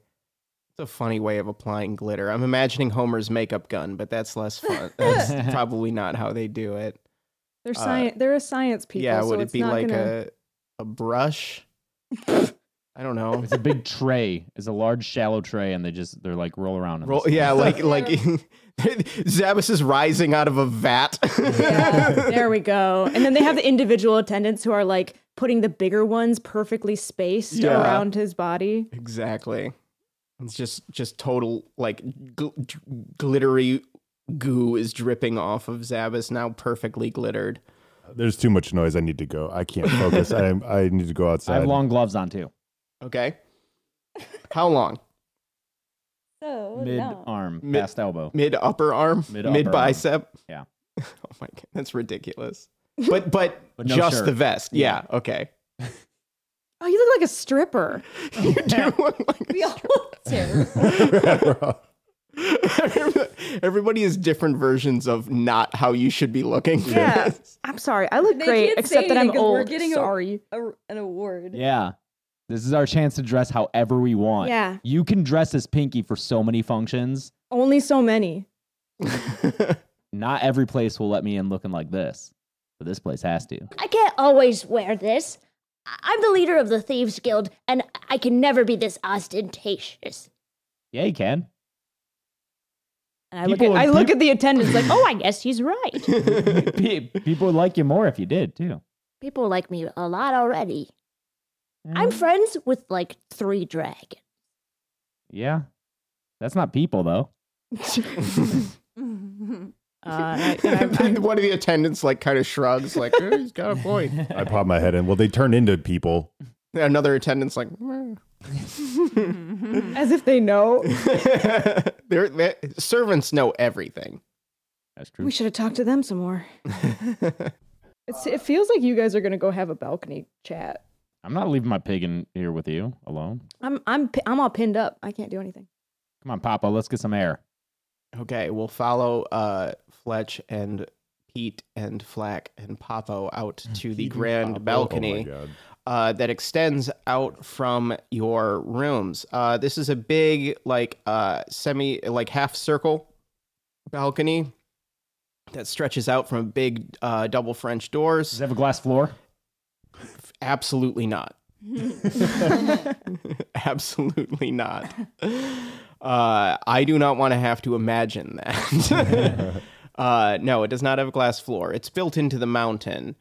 [SPEAKER 1] It's a funny way of applying glitter. I'm imagining Homer's makeup gun, but that's less fun. That's probably not how they do it.
[SPEAKER 4] They're
[SPEAKER 1] Uh,
[SPEAKER 4] science. they're a science people.
[SPEAKER 1] yeah,
[SPEAKER 4] so
[SPEAKER 1] would
[SPEAKER 4] it's
[SPEAKER 1] it be
[SPEAKER 4] not
[SPEAKER 1] like
[SPEAKER 4] gonna...
[SPEAKER 1] a a brush? I don't know.
[SPEAKER 2] It's a big tray. It's a large, shallow tray, and they just they're like roll around. in
[SPEAKER 1] Roll,
[SPEAKER 2] this
[SPEAKER 1] yeah,
[SPEAKER 2] thing.
[SPEAKER 1] like like Zappis is rising out of a vat.
[SPEAKER 4] Yeah, there we go. And then they have the individual attendants who are like putting the bigger ones perfectly spaced
[SPEAKER 1] Yeah.
[SPEAKER 4] around his body.
[SPEAKER 1] Exactly. It's just just total like gl- glittery goo is dripping off of Zabbis now perfectly glittered.
[SPEAKER 5] There's too much noise. I need to go. I can't focus. I I need to go
[SPEAKER 2] I
[SPEAKER 5] outside.
[SPEAKER 2] have long gloves on too.
[SPEAKER 1] Okay. How long?
[SPEAKER 6] Oh,
[SPEAKER 3] So
[SPEAKER 2] Mid arm,
[SPEAKER 1] Mid-
[SPEAKER 2] past elbow.
[SPEAKER 1] Mid upper arm,
[SPEAKER 2] Mid
[SPEAKER 1] mid,
[SPEAKER 2] upper
[SPEAKER 1] bicep.
[SPEAKER 2] Yeah.
[SPEAKER 1] oh my god, that's ridiculous. But but,
[SPEAKER 2] But no
[SPEAKER 1] just
[SPEAKER 2] shirt.
[SPEAKER 1] the vest. Yeah, okay.
[SPEAKER 4] Oh, you look like a stripper.
[SPEAKER 1] You do look like
[SPEAKER 3] We all look terrible.
[SPEAKER 1] Everybody has different versions of not how you should be looking. for
[SPEAKER 4] Yeah.
[SPEAKER 1] this.
[SPEAKER 4] I'm sorry. I look
[SPEAKER 3] They
[SPEAKER 4] great,
[SPEAKER 3] can't say
[SPEAKER 4] except that I'm
[SPEAKER 3] anything 'cause
[SPEAKER 4] old.
[SPEAKER 3] we're getting a-
[SPEAKER 4] sorry.
[SPEAKER 3] A- an award.
[SPEAKER 2] Yeah, this is our chance to dress however we want.
[SPEAKER 4] Yeah.
[SPEAKER 2] you can dress as Pinky for so many functions.
[SPEAKER 4] Only so many.
[SPEAKER 2] Not every place will let me in looking like this, but this place has to.
[SPEAKER 6] I can't always wear this. I- I'm the leader of the Thieves Guild, and I can never be this ostentatious.
[SPEAKER 2] Yeah, you can.
[SPEAKER 4] And I look, at,
[SPEAKER 2] People-
[SPEAKER 4] I look at the attendants like, oh,
[SPEAKER 6] I guess he's right.
[SPEAKER 2] Pe- People would like you more if you did too.
[SPEAKER 6] People like me a lot already.
[SPEAKER 2] Mm.
[SPEAKER 6] I'm friends with like three dragons.
[SPEAKER 2] Yeah, that's not people though.
[SPEAKER 4] uh, and I- and I'm- I'm-
[SPEAKER 1] One of the attendants like kind of shrugs, like "Eh, he's got a point.
[SPEAKER 5] I pop my head in. Well, they turn into people.
[SPEAKER 1] Another attendant's like, "Meh."
[SPEAKER 4] as if they know.
[SPEAKER 1] They're- they're- servants know everything.
[SPEAKER 2] That's true.
[SPEAKER 4] We should have talked to them some more. It's, it feels like you guys are going to go have a balcony chat.
[SPEAKER 2] I'm not leaving my pig in here with you alone.
[SPEAKER 4] I'm, I'm, pi- I'm all pinned up. I can't do anything.
[SPEAKER 2] Come on, Papa, let's get some air.
[SPEAKER 1] okay, we'll follow uh, Fletch and Pete and Flack and Popo out to the grand
[SPEAKER 5] Oh my
[SPEAKER 1] balcony
[SPEAKER 5] God.
[SPEAKER 1] uh, that extends out from your rooms. Uh, this is a big, like, uh, semi, like half circle balcony that stretches out from a big uh, double French doors.
[SPEAKER 2] Does it have a glass floor?
[SPEAKER 1] Absolutely not. Absolutely not. Uh, I do not want to have to imagine that. uh, no, it does not have a glass floor. It's built into the mountain,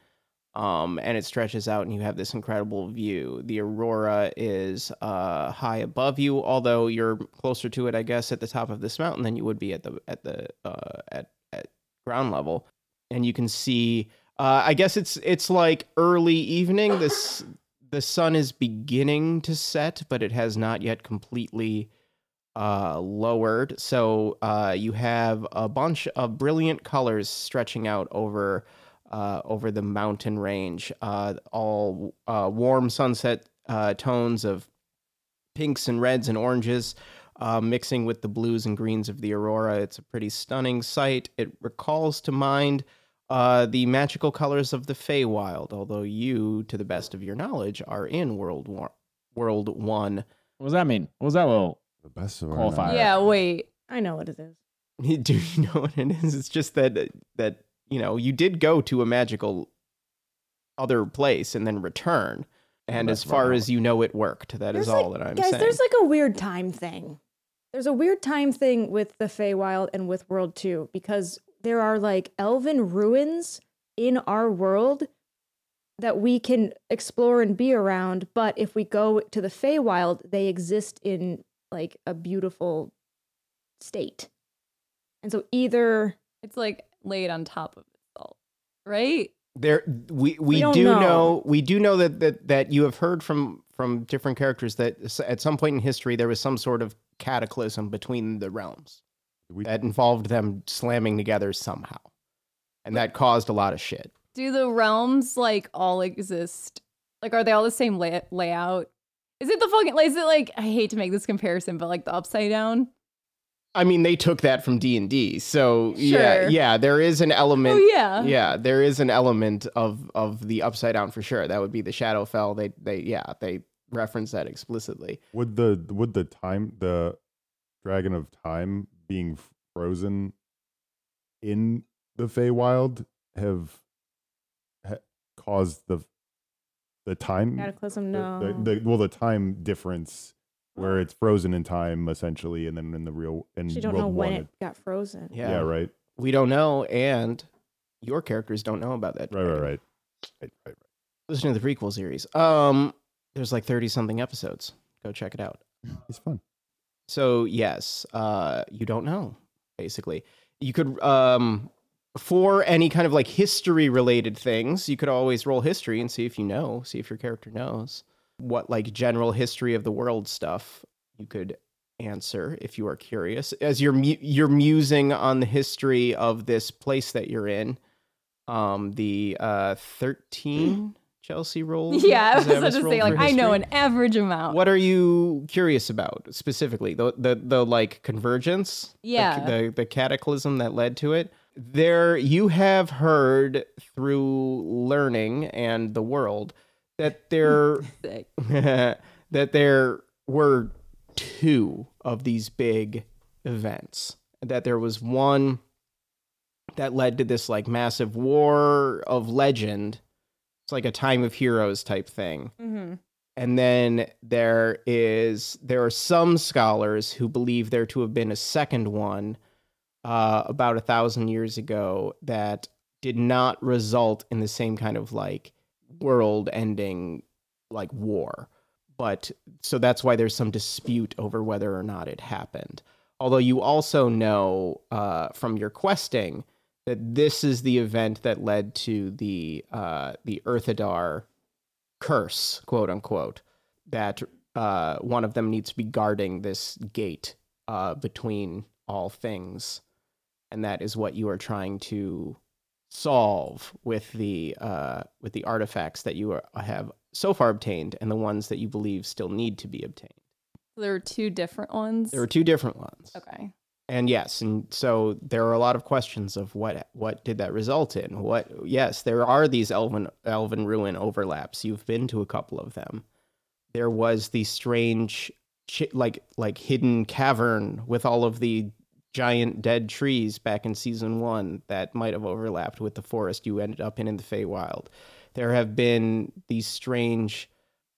[SPEAKER 1] um, and it stretches out, and you have this incredible view. The aurora is uh, high above you, although you're closer to it, I guess, at the top of this mountain than you would be at the at the uh, at at ground level, and you can see. Uh, I guess it's it's like early evening. This the sun is beginning to set, but it has not yet completely uh, lowered. So uh, you have a bunch of brilliant colors stretching out over uh, over the mountain range. Uh, all uh, warm sunset uh, tones of pinks and reds and oranges. Uh, mixing with the blues and greens of the aurora, it's a pretty stunning sight. It recalls to mind uh, the magical colors of the Feywild, although you, to the best of your knowledge, are in World War World One.
[SPEAKER 2] What does that mean? What was that little?
[SPEAKER 5] The best of our
[SPEAKER 2] Qualifier.
[SPEAKER 5] knowledge.
[SPEAKER 3] Yeah, wait.
[SPEAKER 4] I know what it is.
[SPEAKER 1] Do you know what it is? It's just that that you know, you did go to a magical other place and then return. And
[SPEAKER 2] That's
[SPEAKER 1] as far
[SPEAKER 2] right.
[SPEAKER 1] as you know, it worked. That is
[SPEAKER 4] There's,
[SPEAKER 1] all
[SPEAKER 4] like-
[SPEAKER 1] that I'm
[SPEAKER 4] guys,
[SPEAKER 1] saying.
[SPEAKER 4] there's like a weird time thing. There's a weird time thing with the Feywild and with World 2 because there are like elven ruins in our world that we can explore and be around, but if we go to the Feywild, they exist in like a beautiful state. And so either
[SPEAKER 3] It's like laid on top of itself, right?
[SPEAKER 1] there we we,
[SPEAKER 4] We don't
[SPEAKER 1] do know.
[SPEAKER 4] know.
[SPEAKER 1] we do know that, that that you have heard from from different characters that s- at some point in history there was some sort of cataclysm between the realms
[SPEAKER 5] We-
[SPEAKER 1] that involved them slamming together somehow and that caused a lot of shit
[SPEAKER 3] Do the realms like all exist? Like, are they all the same lay- layout? Is it the fucking? Is it like I hate to make this comparison, but like the upside down?
[SPEAKER 1] i mean they took that from d&d so yeah
[SPEAKER 3] Sure.
[SPEAKER 1] yeah there is an element
[SPEAKER 3] oh yeah.
[SPEAKER 1] yeah there is an element of of the upside down for sure that would be the shadowfell they they yeah they reference that explicitly
[SPEAKER 5] Would the would the time the dragon of time being frozen in the Feywild have ha- caused the the time
[SPEAKER 4] Cataclysm, no.
[SPEAKER 5] the, the, the well the time difference where it's frozen in time essentially, and then in the real in
[SPEAKER 4] Actually, don't
[SPEAKER 5] world
[SPEAKER 4] know
[SPEAKER 5] one,
[SPEAKER 4] when it got frozen.
[SPEAKER 5] yeah. right
[SPEAKER 1] we don't know, and your characters don't know about that.
[SPEAKER 5] right right right right right.
[SPEAKER 1] Listen to the prequel series. Um, there's like thirty something episodes. Go check it out.
[SPEAKER 5] right. It's fun.
[SPEAKER 1] So yes, uh, you don't know. Basically, you could um, for any kind of like history related things, you could always roll history and see if you know, see if your character knows what like general history of the world stuff you could answer if you are curious as you're mu- you're musing on the history of this place that you're in. Um, the uh, thirteen Chelsea roll.
[SPEAKER 3] Mm. Yeah, I was
[SPEAKER 1] Zavis
[SPEAKER 3] about to
[SPEAKER 1] rolled
[SPEAKER 3] say,
[SPEAKER 1] for
[SPEAKER 3] like, I know
[SPEAKER 1] history?
[SPEAKER 3] an average amount.
[SPEAKER 1] What are you curious about specifically? The the the like convergence, The-
[SPEAKER 3] Yeah.
[SPEAKER 1] the, the cataclysm that led to it. There, you have heard through learning and the world that there
[SPEAKER 3] Sick.
[SPEAKER 1] that there were two of these big events. That there was one that led to this like massive war of legend. It's like a time of heroes type thing
[SPEAKER 3] Mhm.
[SPEAKER 1] and then there is there are some scholars who believe there to have been a second one uh, about a thousand years ago that did not result in the same kind of like world ending like war but so that's why there's some dispute over whether or not it happened although you also know uh, from your questing that this is the event that led to the uh, the Earthadar curse, quote unquote, that uh, one of them needs to be guarding this gate uh, between all things. And that is what you are trying to solve with the uh, with the artifacts that you are, have so far obtained and the ones that you believe still need to be obtained.
[SPEAKER 3] There were two different ones.
[SPEAKER 1] There are two different ones.
[SPEAKER 3] okay.
[SPEAKER 1] And yes, and so there are a lot of questions of what what did that result in? What yes, there are these elven elven ruin overlaps. You've been to a couple of them. There was the strange chi- like like hidden cavern with all of the giant dead trees back in season 1 that might have overlapped with the forest you ended up in in the Feywild. There have been these strange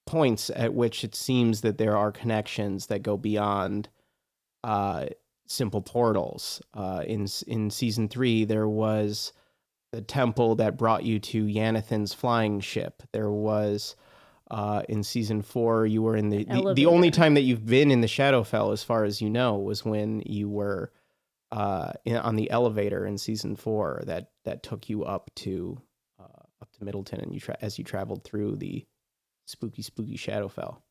[SPEAKER 1] points at which it seems that there are connections that go beyond uh simple portals. Uh, in s- in season three, there was the temple that brought you to Yanathan's flying ship. There was uh, in season four, you were in the, the the
[SPEAKER 6] Elevator.
[SPEAKER 1] only time that you've been in the Shadowfell, as far as you know, was when you were uh, in, on the elevator in season four that that took you up to uh, up to Middleton, and you tra- as you traveled through the spooky spooky Shadowfell.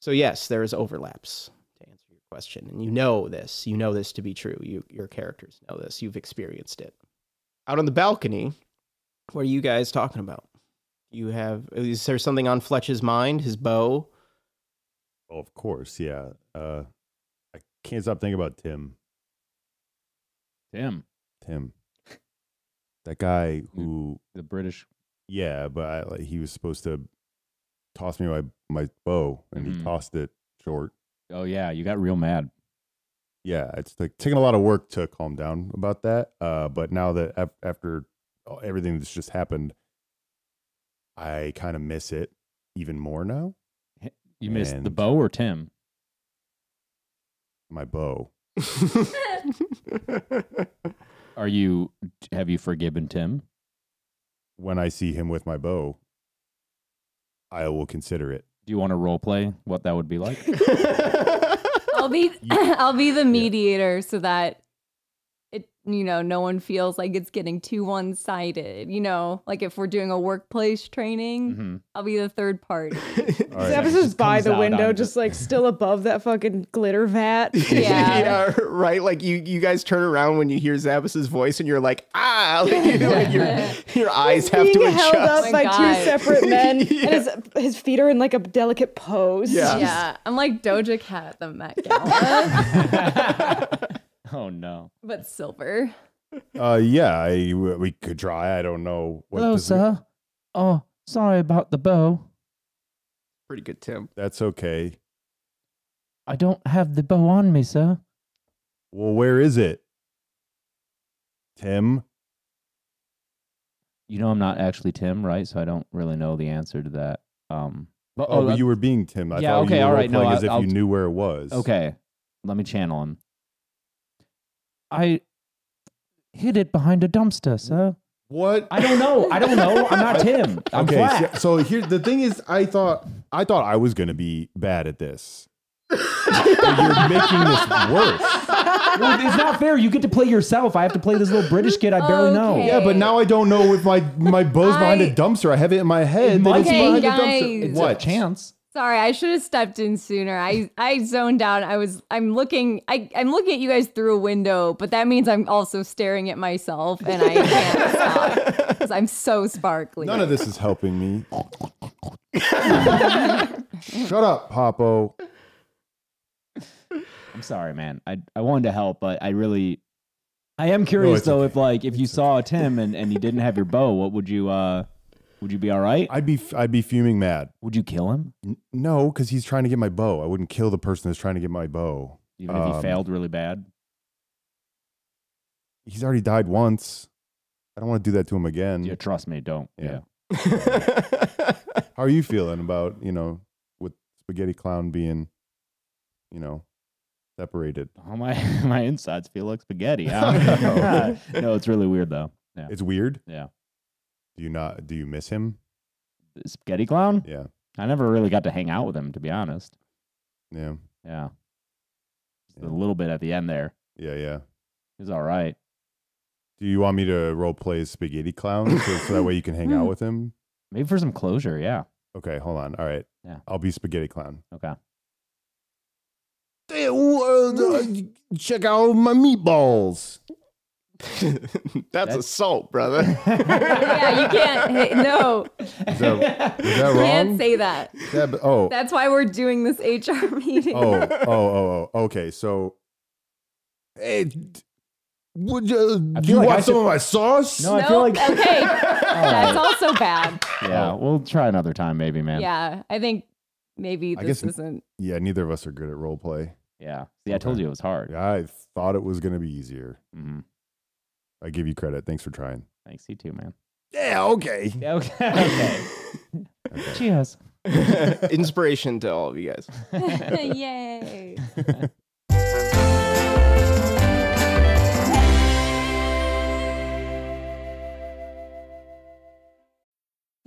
[SPEAKER 1] So yes, there is overlaps to answer your question. And you know this. You know this to be true. You, your characters know this. You've experienced it. Out on the balcony, what are you guys talking about? You have is there something on Fletch's mind? His bow?
[SPEAKER 5] Oh, of course, yeah. Uh, I can't stop thinking about Tim.
[SPEAKER 2] Tim,
[SPEAKER 5] Tim, that guy who,
[SPEAKER 2] the British.
[SPEAKER 5] yeah, but I, like, he was supposed to toss me my my bow, and
[SPEAKER 2] Mhm.
[SPEAKER 5] he tossed it short.
[SPEAKER 2] Oh yeah, you got real mad.
[SPEAKER 5] yeah, it's like taking a lot of work to calm down about that. Uh, but now that af- after all- everything that's just happened, I kind of miss it even more now.
[SPEAKER 2] You missed the
[SPEAKER 5] And-
[SPEAKER 2] bow or Tim?
[SPEAKER 5] My bow.
[SPEAKER 2] Are you? Have you forgiven Tim?
[SPEAKER 5] When I see him with my bow, I will consider it.
[SPEAKER 2] Do you want to role play what that would be like?
[SPEAKER 4] Mm-hmm.
[SPEAKER 3] I'll be I'll be the
[SPEAKER 5] Yeah.
[SPEAKER 3] mediator so that it you know no one feels like it's getting too one sided. You know, like if we're doing a workplace training,
[SPEAKER 2] mm-hmm.
[SPEAKER 3] I'll be the third party.
[SPEAKER 5] All right.
[SPEAKER 4] Zap is just
[SPEAKER 2] Just
[SPEAKER 4] by
[SPEAKER 2] comes
[SPEAKER 4] the
[SPEAKER 2] out
[SPEAKER 4] window,
[SPEAKER 2] on
[SPEAKER 4] just
[SPEAKER 2] the-
[SPEAKER 4] like still above that fucking glitter vat.
[SPEAKER 3] Yeah.
[SPEAKER 1] right. Like you, you guys turn around when you hear Zabbis's voice, and you're like, ah, like, you- like your your eyes have to
[SPEAKER 4] Being held up
[SPEAKER 3] Oh
[SPEAKER 1] adjust.
[SPEAKER 4] by
[SPEAKER 3] my
[SPEAKER 4] two
[SPEAKER 3] God.
[SPEAKER 4] separate men,
[SPEAKER 1] Yeah.
[SPEAKER 4] and his, his feet are in like a delicate pose.
[SPEAKER 1] Yeah.
[SPEAKER 3] Yeah, I'm like Doja Cat at the Met Gala,
[SPEAKER 2] Oh no!
[SPEAKER 3] but silver.
[SPEAKER 5] Uh, yeah, I, we could try. I don't know. does it-
[SPEAKER 2] Oh, sorry about the bow.
[SPEAKER 1] Pretty good, Tim.
[SPEAKER 5] That's okay.
[SPEAKER 2] I don't have the bow on me, sir.
[SPEAKER 5] Well, where is it?
[SPEAKER 2] Uh,
[SPEAKER 5] Tim?
[SPEAKER 2] You know I'm not actually Tim, right? So I don't really know the answer to that. Um, but
[SPEAKER 5] Oh, but
[SPEAKER 2] uh,
[SPEAKER 5] you were being Tim. I
[SPEAKER 2] Yeah,
[SPEAKER 5] thought
[SPEAKER 2] okay,
[SPEAKER 5] you were
[SPEAKER 2] all right, no,
[SPEAKER 5] playing
[SPEAKER 2] I-
[SPEAKER 5] as if
[SPEAKER 2] I'll-
[SPEAKER 5] you knew where it was.
[SPEAKER 2] Okay, let me channel him. I hid it behind a dumpster, sir.
[SPEAKER 5] What?
[SPEAKER 2] I don't know. I don't know. I'm not Tim. I'm
[SPEAKER 5] okay,
[SPEAKER 2] flat.
[SPEAKER 5] so, so here the thing is, I thought I thought I was gonna be bad at this. But You're making this worse.
[SPEAKER 2] Well, it's not fair. You get to play yourself. I have to play this little British kid I barely know.
[SPEAKER 3] Okay.
[SPEAKER 5] Yeah, but now I don't know with my my bows behind a
[SPEAKER 3] I-
[SPEAKER 5] dumpster. I have it in my head. that it's
[SPEAKER 3] Okay,
[SPEAKER 5] behind
[SPEAKER 3] guys.
[SPEAKER 5] a dumpster.
[SPEAKER 3] It's a
[SPEAKER 5] what
[SPEAKER 2] chance?
[SPEAKER 3] Sorry, I should have stepped in sooner. I I zoned out. I was I'm looking I I'm looking at you guys through a window, but that means I'm also staring at myself and I can't stop because I'm so sparkly.
[SPEAKER 5] None of this is helping me. Shut up, Popo.
[SPEAKER 2] I'm sorry, man. I I wanted to help, but I really I am curious
[SPEAKER 5] it's
[SPEAKER 2] though
[SPEAKER 5] okay.
[SPEAKER 2] if like if you saw Tim and and he didn't have your bow, what would you uh would you be all right?
[SPEAKER 5] I'd be I'd be fuming mad.
[SPEAKER 2] would you kill him
[SPEAKER 5] N- No, because he's trying to get my bow. I wouldn't kill the person that's trying to get my bow.
[SPEAKER 2] even if he
[SPEAKER 5] Um,
[SPEAKER 2] failed really bad?
[SPEAKER 5] He's already died once. I don't want to do that to him again.
[SPEAKER 2] Yeah, trust me, don't.
[SPEAKER 5] mm. Yeah.
[SPEAKER 2] Yeah.
[SPEAKER 5] How are you feeling about, you know, with Spaghetti Clown being, you know, separated?
[SPEAKER 2] Oh, my my insides feel like spaghetti. I
[SPEAKER 5] Oh,
[SPEAKER 2] don't- no, it's really weird though. Yeah.
[SPEAKER 5] It's weird.
[SPEAKER 2] Yeah.
[SPEAKER 5] Do you not do you miss him?
[SPEAKER 2] Spaghetti clown?
[SPEAKER 5] Yeah.
[SPEAKER 2] I never really got to hang out with him to be honest.
[SPEAKER 5] Yeah.
[SPEAKER 2] Yeah. Just
[SPEAKER 5] Yeah.
[SPEAKER 2] a little bit at the end there.
[SPEAKER 5] Yeah, yeah.
[SPEAKER 2] It was all right.
[SPEAKER 5] Do you want me to role play as Spaghetti Clown so, so that way you can
[SPEAKER 2] Hmm.
[SPEAKER 5] hang out with him?
[SPEAKER 2] Maybe for some closure, yeah.
[SPEAKER 5] Okay, hold on. All right.
[SPEAKER 2] Yeah.
[SPEAKER 5] I'll be Spaghetti Clown.
[SPEAKER 2] Okay.
[SPEAKER 5] uh, Check out my meatballs.
[SPEAKER 1] That's
[SPEAKER 2] That's-
[SPEAKER 1] assault, brother.
[SPEAKER 3] yeah, you can't. Hey, no,
[SPEAKER 5] Is that, is that
[SPEAKER 3] you can't
[SPEAKER 5] wrong?
[SPEAKER 3] say that.
[SPEAKER 5] Yeah, but- oh,
[SPEAKER 3] That's why we're doing this HR meeting.
[SPEAKER 5] oh, oh, oh, oh. Okay, so. Hey, d- would you,
[SPEAKER 2] I
[SPEAKER 5] do
[SPEAKER 2] feel
[SPEAKER 5] you
[SPEAKER 2] like
[SPEAKER 5] want
[SPEAKER 2] I
[SPEAKER 5] some
[SPEAKER 2] should-
[SPEAKER 5] of my sauce?
[SPEAKER 2] No, I
[SPEAKER 3] no,
[SPEAKER 2] feel like
[SPEAKER 3] okay, that's also bad.
[SPEAKER 2] Oh, Yeah, we'll try another time maybe, man.
[SPEAKER 3] Yeah, I think maybe
[SPEAKER 5] I
[SPEAKER 3] this
[SPEAKER 5] guess-
[SPEAKER 3] isn't.
[SPEAKER 5] Yeah, neither of us are good at role play.
[SPEAKER 2] Yeah. See, I told you it was hard.
[SPEAKER 5] I thought it was going to be easier.
[SPEAKER 2] Mhm.
[SPEAKER 5] I give you credit. Thanks for trying.
[SPEAKER 2] Thanks, you too, man.
[SPEAKER 5] Yeah, okay.
[SPEAKER 2] Okay. okay. Cheers.
[SPEAKER 1] Inspiration to all of you guys.
[SPEAKER 3] Yay!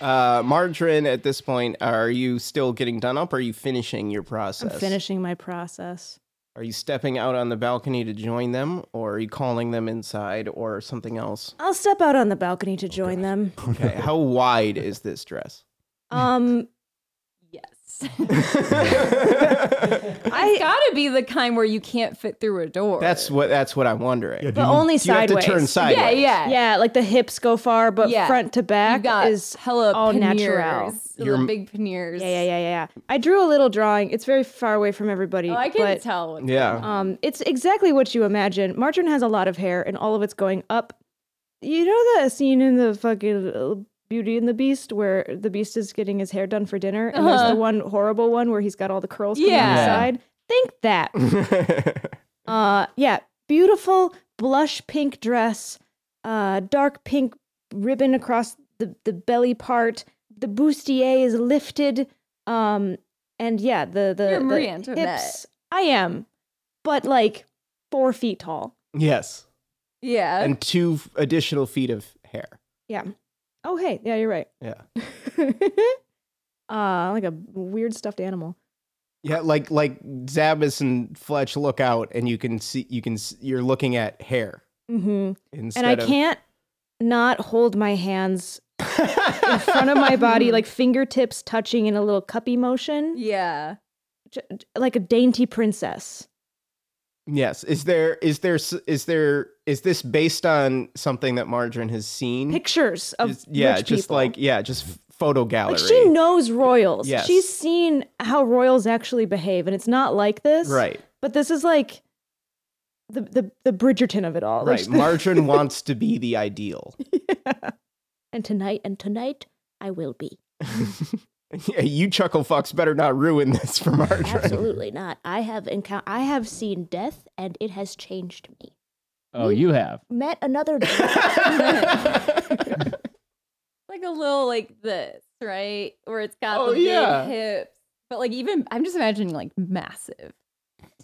[SPEAKER 1] Uh, Margarine, at this point, are you still getting done up? Or are you finishing your process?
[SPEAKER 4] I'm finishing my process.
[SPEAKER 1] Are you stepping out on the balcony to join them, or are you calling them inside, or something else?
[SPEAKER 4] I'll step out on the balcony to join them.
[SPEAKER 1] Okay, how wide is this dress?
[SPEAKER 4] Um,
[SPEAKER 3] It's gotta be the kind where you can't fit through a door.
[SPEAKER 1] That's what that's what I'm wondering.
[SPEAKER 5] Yeah, do
[SPEAKER 4] But
[SPEAKER 5] you-
[SPEAKER 4] only
[SPEAKER 1] you have to
[SPEAKER 4] sideways.
[SPEAKER 1] turn sideways.
[SPEAKER 3] yeah, yeah,
[SPEAKER 4] Yeah, like the hips go far, but
[SPEAKER 3] Yeah.
[SPEAKER 4] front to
[SPEAKER 3] You
[SPEAKER 4] back
[SPEAKER 3] got
[SPEAKER 4] is
[SPEAKER 3] hella
[SPEAKER 4] all
[SPEAKER 3] panniers,
[SPEAKER 4] natural.
[SPEAKER 1] Your-
[SPEAKER 3] Your big panniers.
[SPEAKER 4] Yeah, yeah, yeah, yeah. yeah. I drew a little drawing. It's very far away from everybody.
[SPEAKER 3] Oh, I can
[SPEAKER 4] but,
[SPEAKER 3] tell. What's
[SPEAKER 1] Yeah.
[SPEAKER 4] Um, it's exactly what you imagine. Margarine has a lot of hair, and all of it's going up. You know that scene in the fucking uh, Beauty and the Beast where the Beast is getting his hair done for dinner, and there's
[SPEAKER 3] Uh-huh.
[SPEAKER 4] the one horrible one where he's got all the curls coming out
[SPEAKER 3] Yeah.
[SPEAKER 4] the side. Think that. Uh, yeah, beautiful blush pink dress, uh, dark pink ribbon across the, the belly part. The bustier is lifted. Um, and yeah, the the,
[SPEAKER 3] You're
[SPEAKER 4] the
[SPEAKER 3] Marie Antoinette.
[SPEAKER 4] hips. I am, but like four feet tall.
[SPEAKER 1] yes.
[SPEAKER 3] yeah.
[SPEAKER 1] And two f- additional feet of hair.
[SPEAKER 4] Yeah. Oh hey, yeah, you're right.
[SPEAKER 1] Yeah.
[SPEAKER 4] uh, like a weird stuffed animal.
[SPEAKER 1] Yeah, like like Zabas and Fletch look out and you can see you can s- you're looking at hair
[SPEAKER 4] hmm
[SPEAKER 1] instead
[SPEAKER 4] And I
[SPEAKER 1] of-
[SPEAKER 4] can't not hold my hands in front of my body, like fingertips touching in a little cuppy motion.
[SPEAKER 3] yeah.
[SPEAKER 4] j- j- like a dainty princess.
[SPEAKER 1] Yes. Is there is there s- is there is this based on something that Margarine has seen?
[SPEAKER 4] Pictures of
[SPEAKER 1] Mm. Just- yeah,
[SPEAKER 4] rich
[SPEAKER 1] just
[SPEAKER 4] people.
[SPEAKER 1] like yeah, just f- photo gallery.
[SPEAKER 4] like she knows royals.
[SPEAKER 1] Yes.
[SPEAKER 4] She's seen how royals actually behave, and it's not like this.
[SPEAKER 1] right.
[SPEAKER 4] But this is like the the, the Bridgerton of it all. Like,
[SPEAKER 1] Right. Margarine wants to be the ideal.
[SPEAKER 6] And tonight, and tonight, I will be.
[SPEAKER 1] yeah, you chuckle fucks better not ruin this for Margarine.
[SPEAKER 6] Absolutely not. I have encountered. I have seen death, and it has changed me.
[SPEAKER 2] Oh, you have.
[SPEAKER 6] Met another.
[SPEAKER 3] Like a little like this, right? Where it's got
[SPEAKER 1] Oh,
[SPEAKER 3] the big
[SPEAKER 1] yeah.
[SPEAKER 3] hips. But like even I'm just imagining like massive.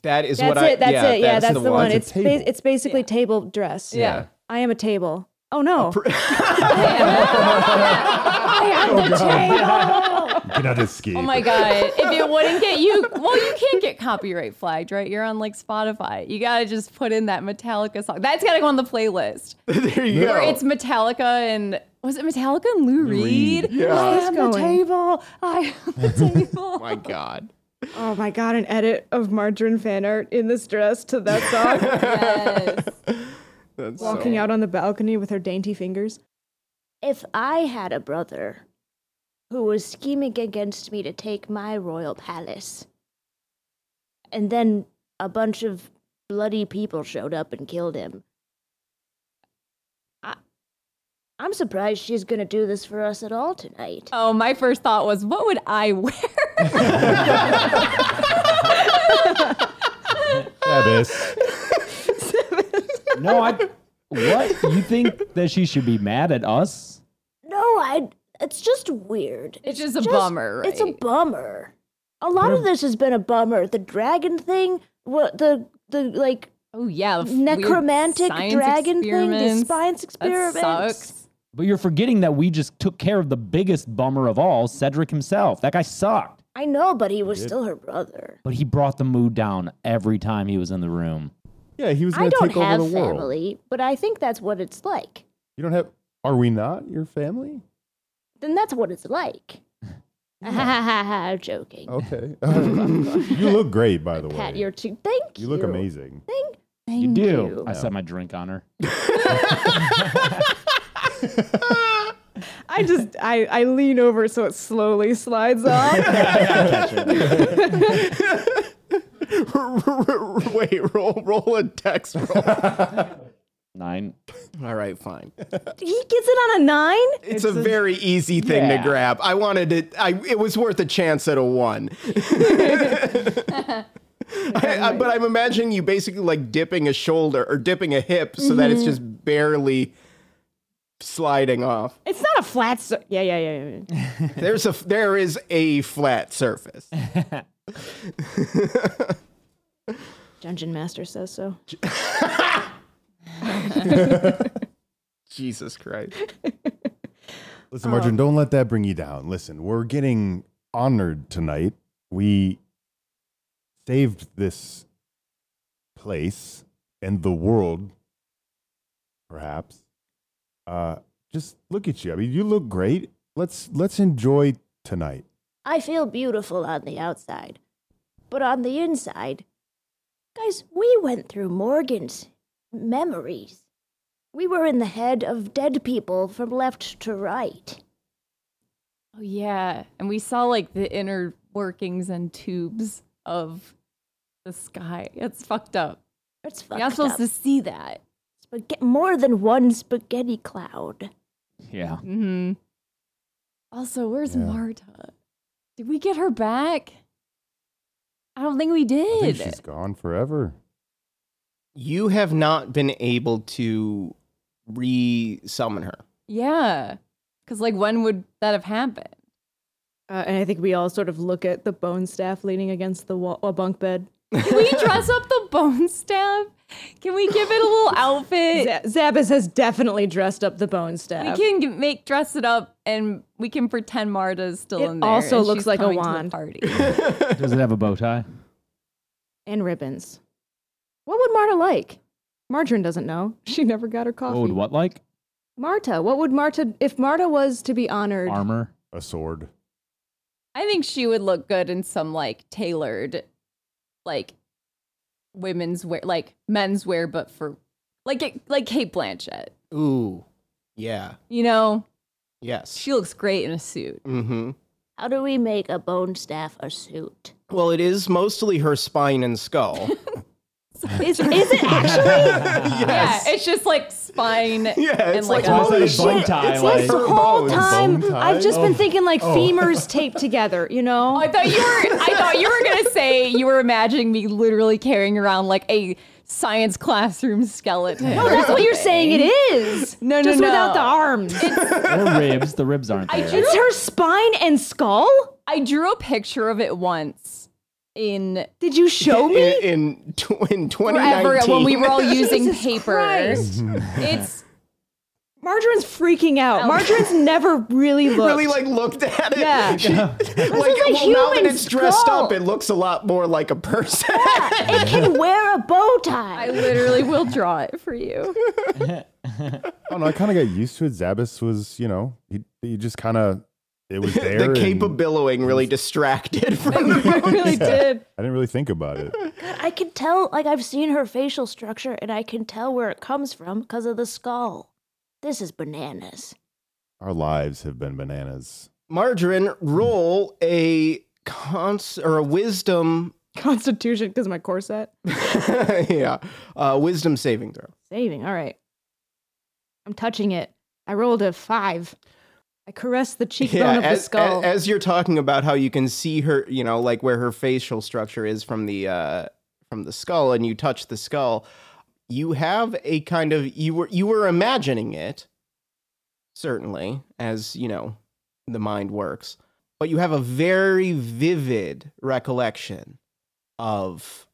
[SPEAKER 1] That is
[SPEAKER 4] that's
[SPEAKER 1] what
[SPEAKER 4] it.
[SPEAKER 1] I.
[SPEAKER 4] that's
[SPEAKER 1] yeah,
[SPEAKER 4] it. Yeah, that's, the, one.
[SPEAKER 5] That's
[SPEAKER 4] It's ba-
[SPEAKER 5] a table.
[SPEAKER 4] it's basically
[SPEAKER 3] Yeah.
[SPEAKER 4] table dress.
[SPEAKER 1] Yeah.
[SPEAKER 4] I am a table. Oh no.
[SPEAKER 1] Oh,
[SPEAKER 3] I have the table.
[SPEAKER 5] you cannot escape.
[SPEAKER 3] Oh my god! If it wouldn't get you, well, you can't get copyright flagged, right? You're on like Spotify. You gotta just put in that Metallica song. That's gotta go on the playlist.
[SPEAKER 1] there you go.
[SPEAKER 3] Or it's Metallica and was it Metallica and Lou Reed?
[SPEAKER 1] Yeah.
[SPEAKER 3] I
[SPEAKER 1] Where's
[SPEAKER 3] am
[SPEAKER 4] this
[SPEAKER 3] the
[SPEAKER 4] going?
[SPEAKER 3] table. I am the table.
[SPEAKER 1] my God.
[SPEAKER 4] oh my god, an edit of Margarine fan art in this dress to that song.
[SPEAKER 3] yes.
[SPEAKER 1] That's
[SPEAKER 4] Walking out on the balcony with her dainty fingers.
[SPEAKER 6] If I had a brother who was scheming against me to take my royal palace, and then a bunch of bloody people showed up and killed him, I, I'm surprised she's going to do this for us at all tonight.
[SPEAKER 3] Oh, my first thought was, what would I wear?
[SPEAKER 5] Travis.
[SPEAKER 2] No, I. What you think that she should be mad at us?
[SPEAKER 6] No, I. It's just weird.
[SPEAKER 3] It's just a bummer,
[SPEAKER 6] It's a
[SPEAKER 3] right?
[SPEAKER 6] bummer. A lot of this has been a bummer. The dragon thing, what the the like
[SPEAKER 3] Oh yeah, the f- weird
[SPEAKER 6] necromantic
[SPEAKER 3] science
[SPEAKER 6] dragon thing, the
[SPEAKER 3] experiments.
[SPEAKER 6] science
[SPEAKER 3] That
[SPEAKER 6] experiments.
[SPEAKER 3] sucks.
[SPEAKER 2] But you're forgetting that we just took care of the biggest bummer of all, Cedric himself. That guy sucked,
[SPEAKER 6] I know, but he was still her brother.
[SPEAKER 2] but he brought the mood down every time he was in the room.
[SPEAKER 5] Yeah, he was
[SPEAKER 6] I
[SPEAKER 5] going to
[SPEAKER 6] don't
[SPEAKER 5] take over
[SPEAKER 6] have
[SPEAKER 5] the world.
[SPEAKER 6] family, but I think that's what it's like.
[SPEAKER 5] You don't have. Are we not your family?
[SPEAKER 6] Then that's what it's like. Ha ha ha ha! I'm joking.
[SPEAKER 5] Okay. you look great, by the way.
[SPEAKER 6] Pat, you're too. Thank you.
[SPEAKER 5] you look amazing.
[SPEAKER 6] Thank,
[SPEAKER 2] you
[SPEAKER 6] thank
[SPEAKER 2] do.
[SPEAKER 6] you.
[SPEAKER 2] I set my drink on her.
[SPEAKER 4] I just I, I lean over so it slowly slides off.
[SPEAKER 1] Wait, roll, roll a dex roll.
[SPEAKER 2] Nine.
[SPEAKER 1] All right, fine.
[SPEAKER 4] he gets it on a nine.
[SPEAKER 1] It's, a, very easy thing to
[SPEAKER 2] Yeah.
[SPEAKER 1] grab. I wanted it. I it was worth a chance at a one. I, I- but I'm imagining you basically like dipping a shoulder or dipping a hip so that it's just barely sliding off.
[SPEAKER 4] It's not a flat. So- yeah, yeah, yeah, yeah, yeah.
[SPEAKER 1] There's a there is a flat surface.
[SPEAKER 4] Dungeon master says so.
[SPEAKER 1] Jesus Christ.
[SPEAKER 5] Listen, Marjorie, don't let that bring you down. Listen, we're getting honored tonight. We saved this place and the world, perhaps. Uh, just look at you. I mean, you look great. Let's let's enjoy tonight.
[SPEAKER 6] I feel beautiful on the outside. But on the inside, guys, we went through Morgan's memories. We were in the head of dead people from left to right.
[SPEAKER 3] Oh yeah, and we saw like the inner workings and tubes of the sky. It's fucked up.
[SPEAKER 6] It's fucked
[SPEAKER 3] You're not supposed
[SPEAKER 6] up.
[SPEAKER 3] to see that.
[SPEAKER 6] Spag- more than one spaghetti cloud.
[SPEAKER 2] Yeah.
[SPEAKER 3] hmm Also, where's
[SPEAKER 5] Yeah.
[SPEAKER 3] Marta? Did we get her back? I don't think we
[SPEAKER 5] I think
[SPEAKER 3] did.
[SPEAKER 5] she's gone forever.
[SPEAKER 1] You have not been able to re summon her.
[SPEAKER 3] yeah, because like when would that have happened?
[SPEAKER 4] Uh, and I think we all sort of look at the bone staff leaning against the wall, a bunk bed.
[SPEAKER 3] Can we dress up the bone staff? Can we give it a little outfit?
[SPEAKER 4] Z- Zabas has definitely dressed up the bone
[SPEAKER 3] We
[SPEAKER 4] staff.
[SPEAKER 3] can g- make dress it up, and we can pretend Marta's still
[SPEAKER 4] It
[SPEAKER 3] in there.
[SPEAKER 4] also
[SPEAKER 3] and
[SPEAKER 4] looks
[SPEAKER 3] she's
[SPEAKER 4] like a
[SPEAKER 3] coming to the
[SPEAKER 4] wand.
[SPEAKER 3] party.
[SPEAKER 2] Does it have a bow tie?
[SPEAKER 4] and ribbons. What would Marta like? Margarine doesn't know. She never got her coffee.
[SPEAKER 2] What would what like?
[SPEAKER 4] Marta, what would Marta, if Marta was to be honored?
[SPEAKER 2] Armor.
[SPEAKER 5] A sword.
[SPEAKER 3] I think she would look good in some like tailored, like women's wear, like men's wear, but for like it- like Kate Blanchett.
[SPEAKER 1] Ooh. Yeah.
[SPEAKER 3] You know,
[SPEAKER 1] Yes.
[SPEAKER 3] she looks great in a suit.
[SPEAKER 1] mm-hmm.
[SPEAKER 6] How do we make a bone staff a suit?
[SPEAKER 1] Well, it is mostly her spine and skull.
[SPEAKER 4] Is, is it actually?
[SPEAKER 1] yes.
[SPEAKER 3] Yeah, it's just like spine.
[SPEAKER 1] Yeah, it's
[SPEAKER 3] and like,
[SPEAKER 1] like all
[SPEAKER 3] a-
[SPEAKER 1] Holy
[SPEAKER 2] It's like a bow
[SPEAKER 1] shit,
[SPEAKER 2] tie.
[SPEAKER 4] It's like the
[SPEAKER 1] Bone
[SPEAKER 4] whole
[SPEAKER 1] tie.
[SPEAKER 4] time
[SPEAKER 5] Bone tie?
[SPEAKER 4] I've just been
[SPEAKER 5] Oh.
[SPEAKER 4] thinking like femurs taped together, you know?
[SPEAKER 3] I thought you were. I thought you were gonna say you were imagining me literally carrying around like a science classroom skeleton.
[SPEAKER 4] No, that's what you're saying it is.
[SPEAKER 3] No, no,
[SPEAKER 4] just without
[SPEAKER 3] no.
[SPEAKER 4] the arms.
[SPEAKER 2] or ribs. The ribs aren't
[SPEAKER 3] I
[SPEAKER 2] there.
[SPEAKER 3] just-
[SPEAKER 4] It's her spine and skull?
[SPEAKER 3] I drew a picture of it once in
[SPEAKER 4] Did you show me?
[SPEAKER 1] In, in, tw- in 2019.
[SPEAKER 3] forever when we were all using
[SPEAKER 4] Jesus
[SPEAKER 3] paper.
[SPEAKER 4] Christ.
[SPEAKER 3] It's
[SPEAKER 4] Margarine's freaking out. Margarine's never really looked.
[SPEAKER 1] really like looked at it.
[SPEAKER 4] Yeah.
[SPEAKER 1] She- like well, now that
[SPEAKER 6] human
[SPEAKER 1] it's dressed
[SPEAKER 6] skull.
[SPEAKER 1] up, it looks a lot more like a person.
[SPEAKER 6] It can wear a bow
[SPEAKER 3] I
[SPEAKER 6] tie.
[SPEAKER 3] literally will draw it for you.
[SPEAKER 5] I don't know. I kind of got used to it. Zabas was, you know, he, he just kind of, it was there.
[SPEAKER 1] the
[SPEAKER 5] and
[SPEAKER 1] cape of billowing really distracted from the
[SPEAKER 3] really did.
[SPEAKER 5] I didn't really think about it.
[SPEAKER 6] I can tell, like, I've seen her facial structure and I can tell where it comes from because of the skull. This is bananas.
[SPEAKER 5] Our lives have been bananas.
[SPEAKER 1] Margarine, roll a cons or a wisdom.
[SPEAKER 4] Constitution because my corset.
[SPEAKER 1] yeah, uh, wisdom saving throw.
[SPEAKER 4] Saving. All right. I'm touching it. I rolled a five. I caressed the cheekbone
[SPEAKER 1] Yeah,
[SPEAKER 4] of the
[SPEAKER 1] as,
[SPEAKER 4] skull.
[SPEAKER 1] a- as you're talking about how you can see her, you know, like where her facial structure is from the uh, from the skull, and you touch the skull, you have a kind of you were you were imagining it, certainly, as you know, the mind works, but you have a very vivid recollection of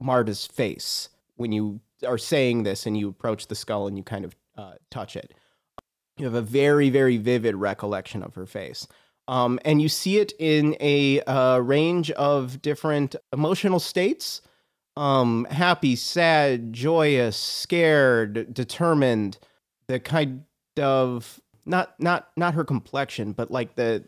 [SPEAKER 1] Marta's face when you are saying this, and you approach the skull and you kind of uh, touch it you have a very very vivid recollection of her face um, and you see it in a uh, range of different emotional states um, happy sad joyous scared determined the kind of not not not her complexion but like the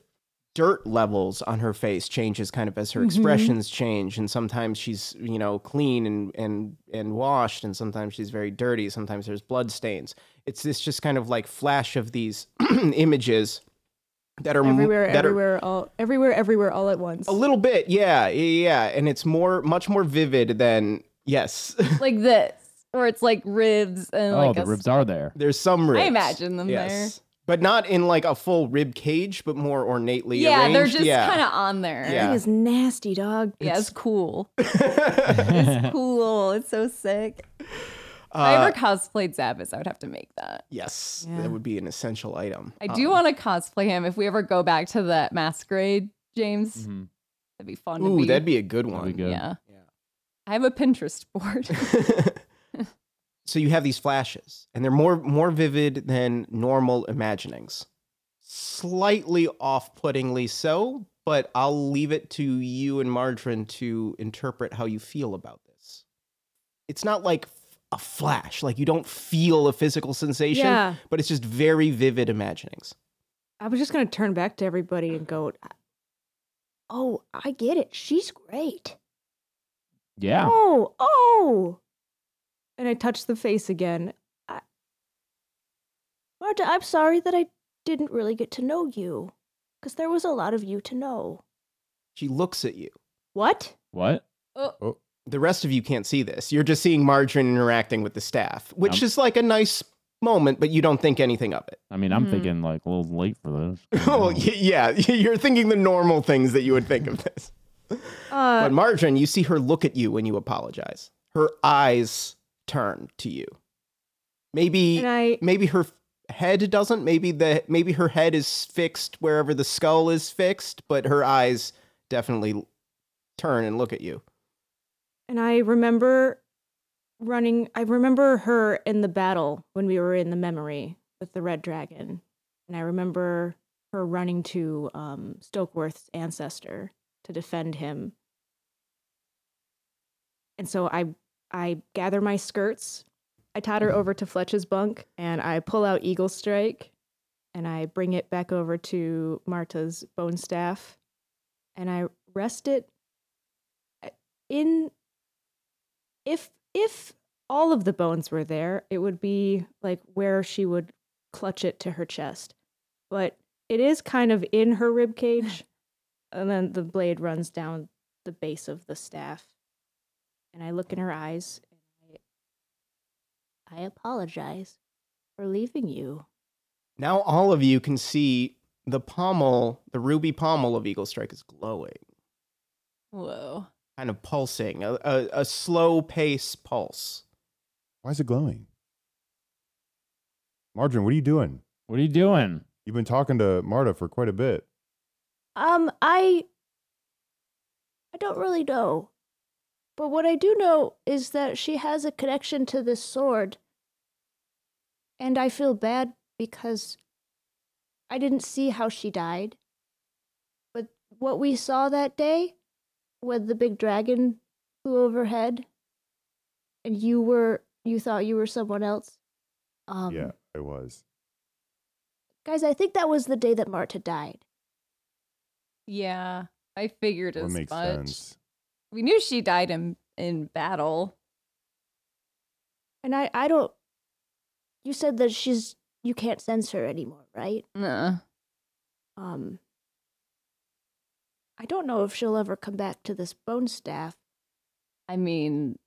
[SPEAKER 1] dirt levels on her face changes kind of as her
[SPEAKER 4] Mhm.
[SPEAKER 1] expressions change and sometimes she's you know clean and and and washed and sometimes she's very dirty sometimes there's blood stains it's this just kind of like flash of these images that are m-
[SPEAKER 4] everywhere,
[SPEAKER 1] that are
[SPEAKER 4] everywhere, all everywhere, everywhere, all at once.
[SPEAKER 1] a little bit yeah yeah yeah, and it's more much more vivid than yes
[SPEAKER 3] Like this. Or it's like ribs and
[SPEAKER 2] oh,
[SPEAKER 3] like
[SPEAKER 2] the
[SPEAKER 3] a-
[SPEAKER 2] ribs are there.
[SPEAKER 1] there's some ribs
[SPEAKER 3] I imagine them
[SPEAKER 1] yes but not in like a full rib cage but more ornately
[SPEAKER 3] there. Yeah, they're
[SPEAKER 1] arranged.
[SPEAKER 3] just
[SPEAKER 1] yeah.
[SPEAKER 3] kind of on there.
[SPEAKER 1] Yeah.
[SPEAKER 4] That is nasty, dog.
[SPEAKER 3] Yeah, it's cool. it's cool. It's so sick. if I
[SPEAKER 1] Uh,
[SPEAKER 3] ever cosplayed Zabbis, I would have to make that.
[SPEAKER 1] yes
[SPEAKER 4] Yeah.
[SPEAKER 1] that would be an essential item
[SPEAKER 3] I do
[SPEAKER 1] Um,
[SPEAKER 3] want to cosplay him if we ever go back to that masquerade, James.
[SPEAKER 5] Mm.
[SPEAKER 2] Mhm.
[SPEAKER 3] That'd be fun to
[SPEAKER 1] ooh
[SPEAKER 3] be.
[SPEAKER 1] that'd be a good
[SPEAKER 2] That'd
[SPEAKER 1] one
[SPEAKER 2] be good.
[SPEAKER 3] Yeah.
[SPEAKER 1] Yeah.
[SPEAKER 3] I have a Pinterest board.
[SPEAKER 1] so you have these flashes and they're more more vivid than normal imaginings slightly off-puttingly so but i'll leave it to you and margarine to interpret how you feel about this it's not like f- a flash like you don't feel a physical sensation
[SPEAKER 4] Yeah.
[SPEAKER 1] but it's just very vivid imaginings
[SPEAKER 4] I was just gonna turn back to everybody and go,
[SPEAKER 6] Oh, I get it. She's great.
[SPEAKER 2] Yeah.
[SPEAKER 6] Oh, oh.
[SPEAKER 4] And I touched the face again.
[SPEAKER 6] Marta, I'm sorry that I didn't really get to know you. Because there was a lot of you to know.
[SPEAKER 1] She looks at you.
[SPEAKER 6] What?
[SPEAKER 2] What?
[SPEAKER 1] The rest of you can't see this. You're just seeing Margarine interacting with the staff, which
[SPEAKER 2] Um.
[SPEAKER 1] is like a nice moment, but you don't think anything of it.
[SPEAKER 2] I mean, I'm
[SPEAKER 3] Mhm.
[SPEAKER 2] thinking like a little late for this.
[SPEAKER 1] well, Oh, y- yeah, you're thinking the normal things that you would think of this.
[SPEAKER 4] Uh,
[SPEAKER 1] but Margarine, you see her look at you when you apologize. Her eyes turn to you. Maybe
[SPEAKER 4] and I
[SPEAKER 1] maybe her head doesn't maybe the maybe her head is fixed wherever the skull is fixed but her eyes definitely turn and look at you
[SPEAKER 4] and I remember running. I remember her in the battle when we were in the memory with the red dragon, and I remember her running to um, Stokeworth's ancestor to defend him. And so I I gather my skirts, I totter over to Fletch's bunk, and I pull out Eagle Strike, and I bring it back over to Marta's bone staff, and I rest it uh, in if if all of the bones were there it would be like where she would clutch it to her chest but it is kind of in her rib cage and then the blade runs down the base of the staff and i look in her eyes
[SPEAKER 6] I apologize for leaving you.
[SPEAKER 1] now all of you can see the pommel the ruby pommel of eagle strike is glowing
[SPEAKER 3] Whoa.
[SPEAKER 1] kind of pulsing a, a, a slow pace pulse
[SPEAKER 5] Why is it glowing? Margarine, what are you doing?
[SPEAKER 2] What are you doing?
[SPEAKER 5] You've been talking to Marta for quite a bit.
[SPEAKER 6] Um, I. I don't really know. But what I do know is that she has a connection to this sword. And I feel bad because I didn't see how she died. But what we saw that day when the big dragon flew overhead and you were you thought you were someone else. Um
[SPEAKER 5] yeah, I was.
[SPEAKER 6] guys, I think that was the day that Marta died.
[SPEAKER 3] Yeah. I figured
[SPEAKER 5] That
[SPEAKER 3] as
[SPEAKER 5] makes
[SPEAKER 3] much.
[SPEAKER 5] sense.
[SPEAKER 3] We knew she died in in battle.
[SPEAKER 6] And I, I don't. You said that she's. You can't sense her anymore, right?
[SPEAKER 3] Nuh.
[SPEAKER 6] Um. I don't know if she'll ever come back to this bone staff.
[SPEAKER 3] I mean,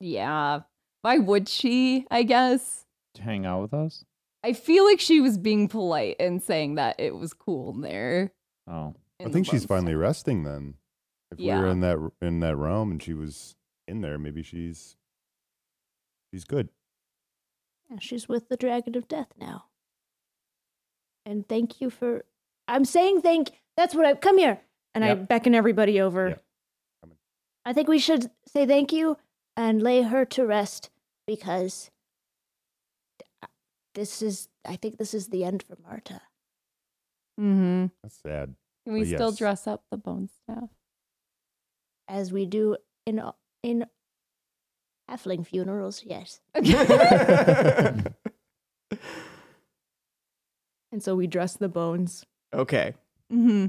[SPEAKER 3] yeah. Why would she? I guess.
[SPEAKER 2] To hang out with us?
[SPEAKER 3] I feel like she was being polite and saying that it was cool in there.
[SPEAKER 2] Oh,
[SPEAKER 5] I
[SPEAKER 3] in the
[SPEAKER 5] think she's
[SPEAKER 3] bugs.
[SPEAKER 5] finally resting then. If we were
[SPEAKER 3] Yeah.
[SPEAKER 5] in that in that realm and she was in there, maybe she's she's good.
[SPEAKER 6] Yeah, she's with the dragon of death now. And thank you for. I'm saying thank. That's what I. Come here.
[SPEAKER 4] and i
[SPEAKER 2] Yep.
[SPEAKER 4] beckon everybody over
[SPEAKER 5] Yep.
[SPEAKER 6] I think we should say thank you and lay her to rest because uh, this is. I think this is the end for Marta.
[SPEAKER 3] Mm-hmm.
[SPEAKER 5] That's sad.
[SPEAKER 3] Can we
[SPEAKER 5] But
[SPEAKER 3] still
[SPEAKER 5] yes.
[SPEAKER 3] dress up the bone staff?
[SPEAKER 6] as we do in a- in halfling funerals. Yes,
[SPEAKER 3] Mm-hmm.
[SPEAKER 4] and so we dress the bones
[SPEAKER 1] okay
[SPEAKER 3] Mm-hmm.